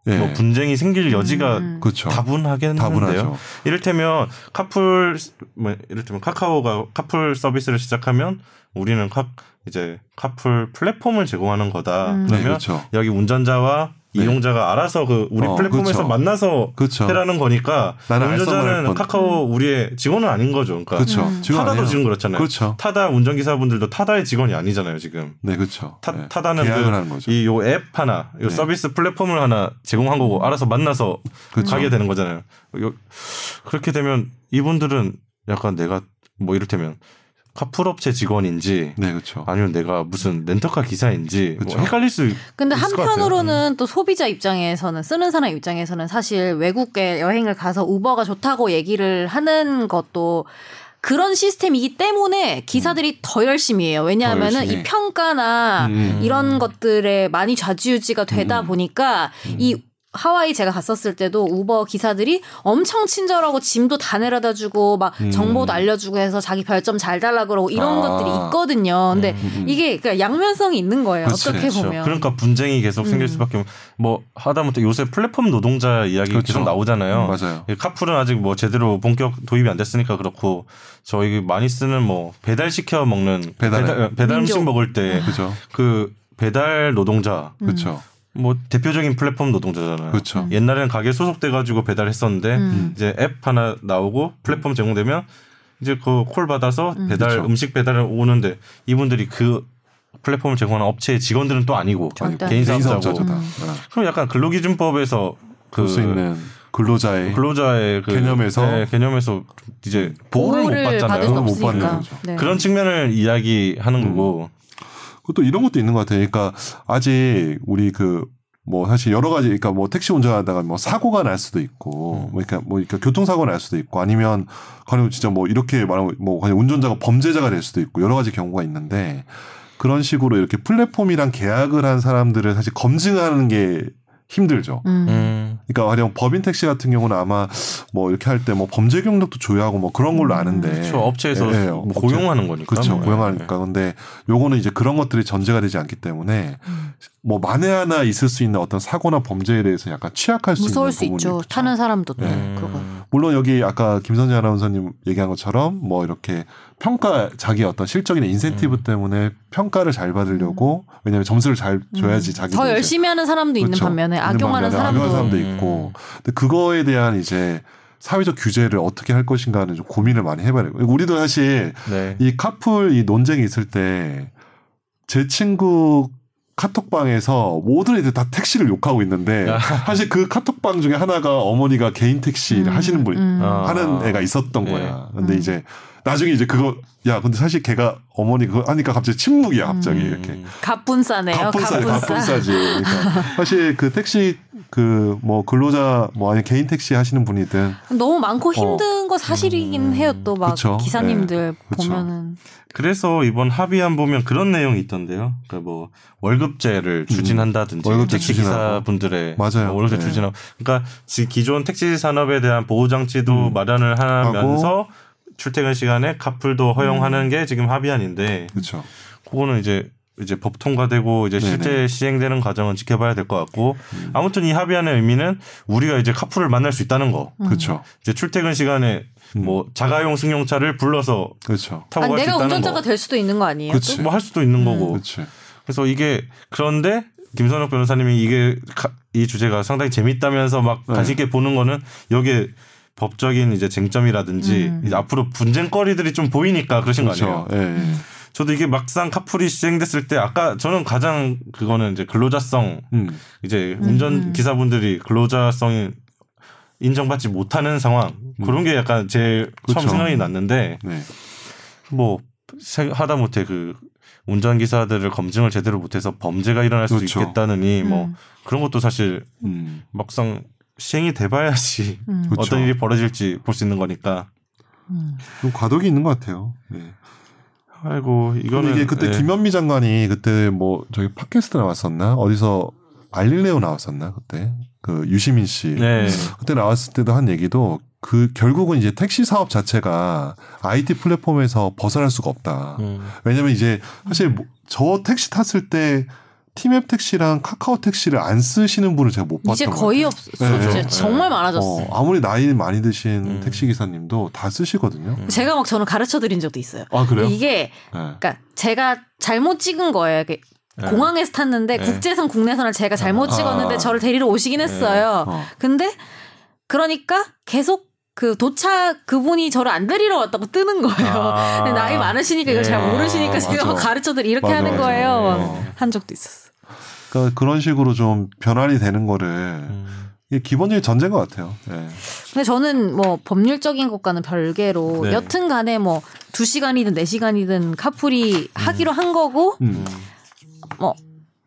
Speaker 3: 예,
Speaker 1: 뭐 분쟁이 생길 여지가
Speaker 2: 음.
Speaker 3: 그렇죠.
Speaker 1: 다분하겠는데요.
Speaker 3: 다분하죠. 네,
Speaker 1: 이를테면 카풀 뭐 이를테면 카카오가 카풀 서비스를 시작하면 우리는 카 이제 카풀 플랫폼을 제공하는 거다.
Speaker 2: 음.
Speaker 3: 네,
Speaker 1: 그러면
Speaker 3: 그렇죠.
Speaker 1: 여기 운전자와
Speaker 3: 네.
Speaker 1: 이용자가 알아서 그 우리
Speaker 3: 어,
Speaker 1: 플랫폼에서
Speaker 3: 그쵸.
Speaker 1: 만나서
Speaker 3: 그렇죠.
Speaker 1: 해라는 거니까
Speaker 3: 나는 알선을
Speaker 1: 운전자는
Speaker 3: 할
Speaker 1: 카카오 우리의 직원은 아닌 거죠. 그러니까
Speaker 3: 그렇죠.
Speaker 2: 음.
Speaker 3: 지금
Speaker 1: 타다도
Speaker 3: 아니에요.
Speaker 1: 지금 그렇잖아요.
Speaker 3: 그렇죠.
Speaker 1: 타다 운전기사분들도 타다의 직원이 아니잖아요. 지금
Speaker 3: 네, 그렇죠.
Speaker 1: 타,
Speaker 3: 네.
Speaker 1: 타다는
Speaker 3: 계약을
Speaker 1: 그
Speaker 3: 하는 거죠.
Speaker 1: 이 요 앱 하나, 요
Speaker 3: 네.
Speaker 1: 서비스 플랫폼을 하나 제공한 거고 알아서 만나서
Speaker 3: 그쵸.
Speaker 1: 가게 되는 거잖아요. 요, 그렇게 되면 이분들은 약간 내가 뭐 이를테면 카풀 업체 직원인지
Speaker 3: 네, 그렇죠.
Speaker 1: 아니면 내가 무슨 렌터카 기사인지 뭐
Speaker 3: 그쵸.
Speaker 1: 헷갈릴 수.
Speaker 2: 근데
Speaker 1: 있을 것
Speaker 2: 한편으로는 또 소비자 입장에서는 쓰는 사람 입장에서는 사실 외국에 여행을 가서 우버가 좋다고 얘기를 하는 것도 그런 시스템이기 때문에 기사들이 더 열심히 해요. 왜냐하면은
Speaker 3: 더 열심히.
Speaker 2: 이
Speaker 1: 아,
Speaker 2: 평가나
Speaker 3: 음,
Speaker 2: 이런 것들에 많이 좌지우지가 되다
Speaker 3: 음.
Speaker 2: 보니까 이 하와이 제가 갔었을 때도 우버 기사들이 엄청 친절하고 짐도 다 내려다 주고 막
Speaker 3: 음.
Speaker 2: 정보도 알려주고 해서 자기 별점 잘 달라 그러고 이런
Speaker 3: 아.
Speaker 2: 것들이 있거든요. 근데
Speaker 3: 음.
Speaker 2: 이게 그러니까 양면성이 있는 거예요.
Speaker 3: 그치,
Speaker 2: 어떻게
Speaker 3: 그쵸.
Speaker 2: 보면.
Speaker 1: 그러니까 분쟁이 계속 생길
Speaker 2: 음.
Speaker 1: 수밖에 없- 뭐 하다못해 요새 플랫폼 노동자 이야기 가
Speaker 3: 그쵸.
Speaker 1: 계속 나오잖아요.
Speaker 3: 그렇죠. 음, 맞아요.
Speaker 1: 예, 카풀은 아직 뭐 제대로 본격 도입이 안 됐으니까 그렇고 저희 많이 쓰는 뭐 배달 시켜 먹는
Speaker 3: 배달앱.
Speaker 1: 배달, 배달 음식
Speaker 2: 민족.
Speaker 1: 먹을
Speaker 3: 그죠.
Speaker 1: 때 그 배달 노동자
Speaker 3: 그렇죠.
Speaker 1: 뭐 대표적인 플랫폼 노동자잖아요.
Speaker 3: 그렇죠.
Speaker 1: 옛날에는 가게 소속돼 가지고 배달했었는데
Speaker 2: 음.
Speaker 1: 이제 앱 하나 나오고 플랫폼 제공되면 이제 그 콜 받아서 배달
Speaker 3: 그쵸.
Speaker 1: 음. 식 배달을 오는데 이분들이 그 플랫폼을 제공하는 업체의 직원들은 또 아니고
Speaker 2: 절대 아니고.
Speaker 1: 개인
Speaker 3: 개인
Speaker 1: 사업자고 음.
Speaker 3: 사업자죠 다.
Speaker 1: 그럼 약간 근로기준법에서 그
Speaker 3: 볼수 있는 근로자의
Speaker 1: 근로자의 그
Speaker 3: 개념에서?
Speaker 1: 네, 개념에서 이제 보호를, 못
Speaker 2: 받을 수
Speaker 1: 받잖아요.
Speaker 3: 못 받는 음.
Speaker 2: 없으니까.
Speaker 3: 거죠.
Speaker 2: 네.
Speaker 1: 그런 측면을 이야기하는 거고
Speaker 3: 그것도 이런 것도 있는 것 같아요. 그러니까 아직 우리 그 뭐 사실 여러 가지 그러니까 뭐 택시 운전하다가 뭐 사고가 날 수도 있고
Speaker 1: 음.
Speaker 3: 뭐 그러니까 뭐 그러니까 교통사고 날 수도 있고 아니면 가령 진짜 뭐 이렇게 말하면 뭐 그냥 운전자가 범죄자가 될 수도 있고 여러 가지 경우가 있는데 그런 식으로 이렇게 플랫폼이랑 계약을 한 사람들을 사실 검증하는 게 힘들죠.
Speaker 2: 음.
Speaker 1: 음.
Speaker 3: 그러니까 가령 법인 택시 같은 경우는 아마 뭐 이렇게 할 때 뭐 범죄 경력도 조회하고 뭐 그런
Speaker 2: 음,
Speaker 3: 걸로 아는데
Speaker 1: 그렇죠. 업체에서
Speaker 3: 예, 예,
Speaker 1: 뭐
Speaker 3: 업체.
Speaker 1: 고용하는 거니까.
Speaker 3: 그렇죠.
Speaker 1: 뭐.
Speaker 3: 고용하니까.
Speaker 2: 네.
Speaker 3: 근데 요거는 이제 그런 것들이 전제가 되지 않기 때문에
Speaker 2: 음.
Speaker 3: 뭐 만에 하나 있을 수 있는 어떤 사고나 범죄에 대해서 약간 취약할 수
Speaker 2: 무서울
Speaker 3: 있는
Speaker 2: 수
Speaker 3: 부분이
Speaker 2: 있죠.
Speaker 3: 그렇죠.
Speaker 2: 타는 사람도 또
Speaker 1: 음.
Speaker 2: 그거.
Speaker 3: 물론 여기 아까 김선재 아나운서님 얘기한 것처럼 뭐 이렇게 평가 자기 어떤 실적이나 인센티브
Speaker 2: 음.
Speaker 3: 때문에 평가를 잘 받으려고 왜냐하면 점수를 잘 줘야지 자기
Speaker 2: 음. 더 열심히 하는 사람도 있는
Speaker 3: 그렇죠.
Speaker 2: 반면에
Speaker 3: 있는
Speaker 2: 악용하는
Speaker 3: 반면에
Speaker 2: 사람도.
Speaker 3: 악용하는 사람도
Speaker 1: 음.
Speaker 3: 있고 근데 그거에 대한 이제 사회적 규제를 어떻게 할 것인가는 좀 고민을 많이 해봐야 돼요. 우리도 사실
Speaker 1: 네.
Speaker 3: 이 카풀 이 논쟁이 있을 때 제 친구 카톡방에서 모든 애들 다 택시를 욕하고 있는데
Speaker 1: 아.
Speaker 3: 사실 그 카톡방 중에 하나가 어머니가 개인 택시를
Speaker 2: 음,
Speaker 3: 하시는 분
Speaker 2: 음.
Speaker 1: 아.
Speaker 3: 하는 애가 있었던
Speaker 1: 예.
Speaker 3: 거야. 근데
Speaker 2: 음.
Speaker 3: 이제 나중에 이제 그거 야 근데 사실 걔가 어머니 그거 하니까 갑자기 침묵이야 갑자기
Speaker 1: 음.
Speaker 3: 이렇게
Speaker 2: 갑분싸네요.
Speaker 3: 갑분싸
Speaker 2: 갑분싸.
Speaker 3: 갑분싸지. 그러니까 사실 그 택시 그 뭐 근로자 뭐 아니 개인 택시 하시는 분이든
Speaker 2: 너무 많고 힘든 거 사실이긴 해요. 또 막
Speaker 3: 어. 음. 그쵸. 네.
Speaker 2: 기사님들
Speaker 3: 그쵸.
Speaker 2: 보면은
Speaker 1: 그래서 이번 합의안 보면 그런 내용이 있던데요. 그러니까 뭐 월급제를 추진한다든지
Speaker 3: 음, 월급제
Speaker 1: 택시
Speaker 3: 추진하고.
Speaker 1: 기사분들의 뭐
Speaker 3: 맞아요.
Speaker 1: 월급제
Speaker 3: 네.
Speaker 1: 추진하고. 그러니까 지- 기존 택시 산업에 대한 보호 장치도
Speaker 3: 음.
Speaker 1: 마련을 하면서 출퇴근 시간에 카풀도
Speaker 3: 음.
Speaker 1: 허용하는 게 지금 합의안인데
Speaker 3: 그렇죠.
Speaker 1: 그거는 이제 이제 법 통과되고 이제
Speaker 3: 네네. 음.
Speaker 1: 실제 시행되는 과정은 지켜봐야 될 것 같고 아무튼 이 합의안의 의미는 우리가 이제 카풀을 만날 수 있다는 거.
Speaker 2: 음.
Speaker 3: 그렇죠.
Speaker 1: 이제 출퇴근 시간에 뭐
Speaker 3: 음.
Speaker 1: 자가용 승용차를 불러서
Speaker 3: 그렇죠.
Speaker 1: 타고
Speaker 2: 아니,
Speaker 1: 갈 수
Speaker 2: 내가
Speaker 1: 있다는
Speaker 2: 운전자가
Speaker 1: 거.
Speaker 2: 될 수도 있는 거 아니에요?
Speaker 3: 그치.
Speaker 1: 뭐 할 수도
Speaker 2: 음.
Speaker 1: 있는 거고.
Speaker 3: 그렇죠.
Speaker 1: 그래서 이게 그런데 김선욱 변호사님이 이게 가- 이 주제가 상당히 재밌다면서 막
Speaker 3: 네.
Speaker 1: 관심 있게 보는 거는 여기에 법적인 이제 쟁점이라든지
Speaker 2: 음.
Speaker 1: 이제 앞으로 분쟁거리들이 좀 보이니까 그러신 거
Speaker 3: 그렇죠.
Speaker 1: 아니에요? 음.
Speaker 3: 예. 예.
Speaker 1: 저도 이게 막상 카풀이 시행됐을 때 아까 저는 가장 그거는 이제 근로자성
Speaker 3: 음.
Speaker 1: 이제
Speaker 2: 음.
Speaker 1: 운전 기사분들이 근로자성이 인정받지 못하는 상황 그런 게 약간 제일 처음
Speaker 3: 그렇죠.
Speaker 1: 생각이 났는데
Speaker 3: 네.
Speaker 1: 뭐 하다 못해 그 운전기사들을 검증을 제대로 못해서 범죄가 일어날 수
Speaker 3: 그렇죠.
Speaker 1: 있겠다느니 뭐
Speaker 2: 음.
Speaker 1: 그런 것도 사실
Speaker 3: 음.
Speaker 1: 막상 시행이 돼봐야지 <laughs>
Speaker 2: 음.
Speaker 3: 그렇죠.
Speaker 1: 어떤 일이 벌어질지 볼 수 있는 거니까
Speaker 2: 음.
Speaker 3: 좀 과도기 있는 것 같아요. 네.
Speaker 1: 아이고 이거는
Speaker 3: 근데 이게 그때
Speaker 1: 예.
Speaker 3: 김현미 장관이 그때 뭐 저기 팟캐스트 나왔었나 어디서 알릴레오 나왔었나 그때 그 유시민 씨
Speaker 1: 네.
Speaker 3: 그때 나왔을 때도 한 얘기도 그 결국은 이제 택시 사업 자체가 IT 플랫폼에서 벗어날 수가 없다.
Speaker 1: 음.
Speaker 3: 왜냐면 이제 사실 뭐- 저 택시 탔을 때 티맵 택시랑 카카오 택시를 안 쓰시는 분을 제가 못그 봤던
Speaker 2: 이제
Speaker 3: 것
Speaker 2: 거의
Speaker 3: 같아요.
Speaker 2: 없어. 진짜
Speaker 1: 네.
Speaker 2: 정말 많아졌어.
Speaker 3: 어, 아무리 나이 많이 드신
Speaker 1: 음.
Speaker 3: 택시 기사님도 다 쓰시거든요. 네.
Speaker 2: 제가 막 저는 가르쳐 드린 적도 있어요.
Speaker 3: 아 그래요?
Speaker 2: 이게
Speaker 3: 네.
Speaker 2: 그러니까 제가 잘못 찍은 거예요. 이게
Speaker 1: 네.
Speaker 2: 공항에서 탔는데
Speaker 1: 네.
Speaker 2: 국제선 국내선을 제가 잘못
Speaker 3: 아.
Speaker 2: 찍었는데 저를 데리러 오시긴 했어요.
Speaker 3: 어.
Speaker 2: 근데 그러니까 계속 그 도착 그분이 저를 안 데리러 왔다고 뜨는 거예요.
Speaker 1: 아.
Speaker 2: 근데 나이 많으시니까 이걸 잘
Speaker 1: 예.
Speaker 2: 모르시니까
Speaker 3: 아,
Speaker 2: 제가
Speaker 3: 맞아.
Speaker 2: 가르쳐드리 이렇게
Speaker 3: 맞아,
Speaker 2: 하는
Speaker 3: 맞아.
Speaker 2: 거예요.
Speaker 3: 어.
Speaker 1: 그렇죠.
Speaker 2: 막 한 적도 있었어.
Speaker 3: 그러니까 그런 식으로 좀 변환이 되는 거를
Speaker 1: 음.
Speaker 3: 이게 기본적인 전제인 것 같아요. 예.
Speaker 2: 근데 저는 뭐 법률적인 것과는 별개로
Speaker 1: 네.
Speaker 2: 여튼 간에 뭐 2시간이든 4시간이든 카풀이 하기로 한 거고
Speaker 3: 음.
Speaker 2: 뭐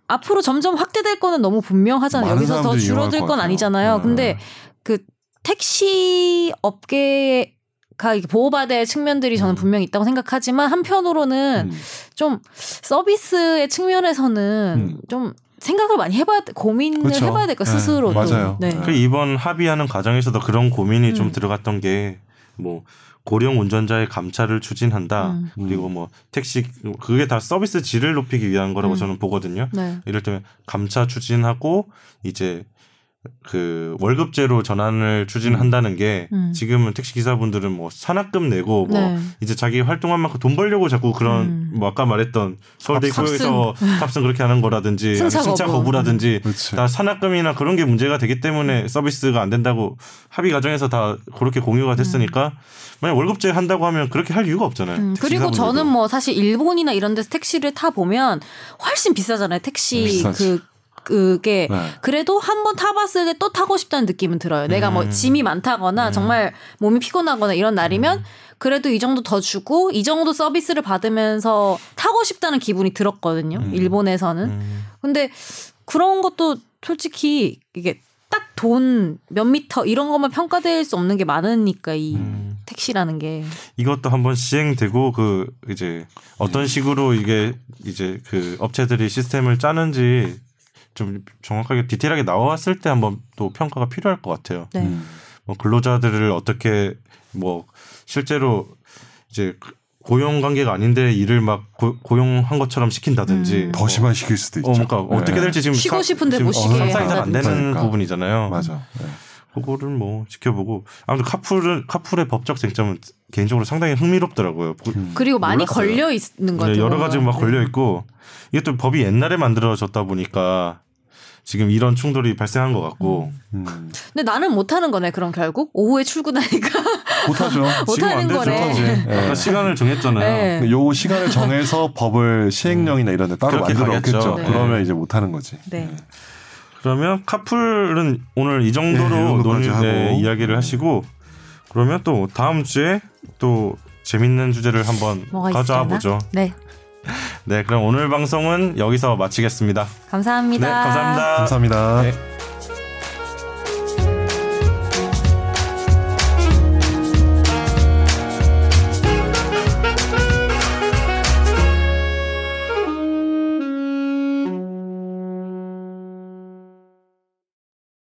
Speaker 2: 앞으로 점점 확대될 거는 너무 분명하잖아요.
Speaker 3: 많은
Speaker 2: 여기서 더
Speaker 3: 사람들이 이용할
Speaker 2: 줄어들
Speaker 3: 것
Speaker 2: 건
Speaker 3: 같아요.
Speaker 2: 아니잖아요.
Speaker 3: 네.
Speaker 2: 근데 그 택시 업계가 이렇게 보호받을 측면들이 저는 분명히 있다고 생각하지만 한편으로는
Speaker 3: 음.
Speaker 2: 좀 서비스의 측면에서는
Speaker 3: 음.
Speaker 2: 좀 생각을 많이 해봐야 돼- 고민을
Speaker 3: 그렇죠.
Speaker 2: 해봐야 될 거
Speaker 1: 네,
Speaker 2: 스스로도.
Speaker 3: 맞아요.
Speaker 2: 네.
Speaker 1: 그 이번 합의하는 과정에서도 그런 고민이
Speaker 2: 음.
Speaker 1: 좀 들어갔던 게 뭐 고령 운전자의 감차를 추진한다
Speaker 2: 음.
Speaker 1: 그리고 뭐 택시 그게 다 서비스 질을 높이기 위한 거라고
Speaker 2: 음.
Speaker 1: 저는 보거든요.
Speaker 2: 네.
Speaker 1: 이를테면 감차 추진하고 이제 그 월급제로 전환을 추진한다는 게
Speaker 2: 음.
Speaker 1: 지금은 택시 기사분들은 뭐 산학금 내고 뭐
Speaker 2: 네.
Speaker 1: 이제 자기 활동한 만큼 돈 벌려고 자꾸 그런
Speaker 2: 음.
Speaker 1: 뭐 아까 말했던 서울대
Speaker 2: 탑승.
Speaker 1: 입구에서 탑승 그렇게 하는 거라든지
Speaker 2: 승차
Speaker 1: 아니면 승차
Speaker 2: 거부.
Speaker 1: 거부라든지
Speaker 3: 그렇지.
Speaker 1: 다 산학금이나 그런 게 문제가 되기 때문에 서비스가 안 된다고 합의 과정에서 다 그렇게 공유가 됐으니까 만약 월급제 한다고 하면 그렇게 할 이유가 없잖아요.
Speaker 2: 음,
Speaker 1: 택시
Speaker 2: 그리고
Speaker 1: 기사분들도.
Speaker 2: 저는 뭐 사실 일본이나 이런 데서 택시를 타 보면 훨씬 비싸잖아요. 택시
Speaker 3: 비싸지.
Speaker 2: 그 그게
Speaker 3: 네.
Speaker 2: 그래도 한 번 타봤을 때 또 타고 싶다는 느낌은 들어요. 내가 뭐
Speaker 1: 음. 음.
Speaker 2: 짐이 많다거나 정말 몸이 피곤하거나 이런 날이면 그래도 이 정도 더 주고 이 정도 서비스를 받으면서 타고 싶다는 기분이 들었거든요.
Speaker 1: 음.
Speaker 2: 일본에서는.
Speaker 1: 음.
Speaker 2: 근데 그런 것도 솔직히 이게 딱 돈 몇 미터 이런 것만 평가될 수 없는 게 많으니까 이
Speaker 1: 음.
Speaker 2: 택시라는 게.
Speaker 1: 이것도 한번 시행되고 그
Speaker 3: 네.
Speaker 1: 이제 어떤 식으로 이게 이제 그 업체들이 시스템을 짜는지 좀 정확하게 디테일하게 나왔을 때 한번 또 평가가 필요할 것 같아요.
Speaker 2: 네.
Speaker 3: 음.
Speaker 1: 뭐 근로자들을 어떻게 뭐 실제로 이제 고용 관계가 아닌데 일을 막 고, 고용한 것처럼
Speaker 2: 음.
Speaker 1: 시킨다든지
Speaker 3: 더 심화시킬 수도 있죠.
Speaker 1: 어, 그러니까 어떻게
Speaker 3: 네.
Speaker 1: 될지 지금
Speaker 2: 쉬고 싶은데 못
Speaker 1: 지금
Speaker 2: 쉬게
Speaker 1: 상상이 잘 안 되는
Speaker 3: 그러니까.
Speaker 1: 부분이잖아요.
Speaker 3: 맞아. 네.
Speaker 1: 그거를 뭐 지켜보고 아무튼 카풀은 카풀의 법적 쟁점은 개인적으로 상당히 흥미롭더라고요. 보-
Speaker 3: 음.
Speaker 2: 그리고 많이
Speaker 1: 몰랐어요.
Speaker 2: 걸려 있는 것
Speaker 1: 네,
Speaker 2: 같아요.
Speaker 1: 여러 가지 막
Speaker 2: 네.
Speaker 1: 걸려 있고 이게 또 법이 옛날에 만들어졌다 보니까 지금 이런 충돌이 발생한 것 같고
Speaker 3: 음.
Speaker 2: 근데 나는 못하는 거네 그럼 결국 오후에 출근하니까
Speaker 3: 못하죠.
Speaker 1: 지금
Speaker 2: <laughs> 못하는
Speaker 1: 안 되죠.
Speaker 2: 거네.
Speaker 1: 아까 시간을 정했잖아요.
Speaker 2: 네.
Speaker 3: 요 시간을 정해서 법을 시행령이나 이런 데 따로
Speaker 1: 그렇게
Speaker 3: 만들었겠죠.
Speaker 1: 가겠죠. 네.
Speaker 3: 그러면 이제 못하는 거지.
Speaker 2: 네.
Speaker 1: 그러면 카풀은 오늘 이 정도로
Speaker 3: 네, 이 정도까지
Speaker 1: 논의 네,
Speaker 3: 하고.
Speaker 1: 이야기를 하시고 그러면 또 다음 주에 또 재밌는 주제를 한번
Speaker 2: 뭐가 있을까나?
Speaker 1: 가져와보죠.
Speaker 2: 네.
Speaker 1: 네, 그럼 오늘 방송은 여기서 마치겠습니다.
Speaker 2: 감사합니다.
Speaker 1: 네, 감사합니다.
Speaker 3: 감사합니다.
Speaker 1: 네.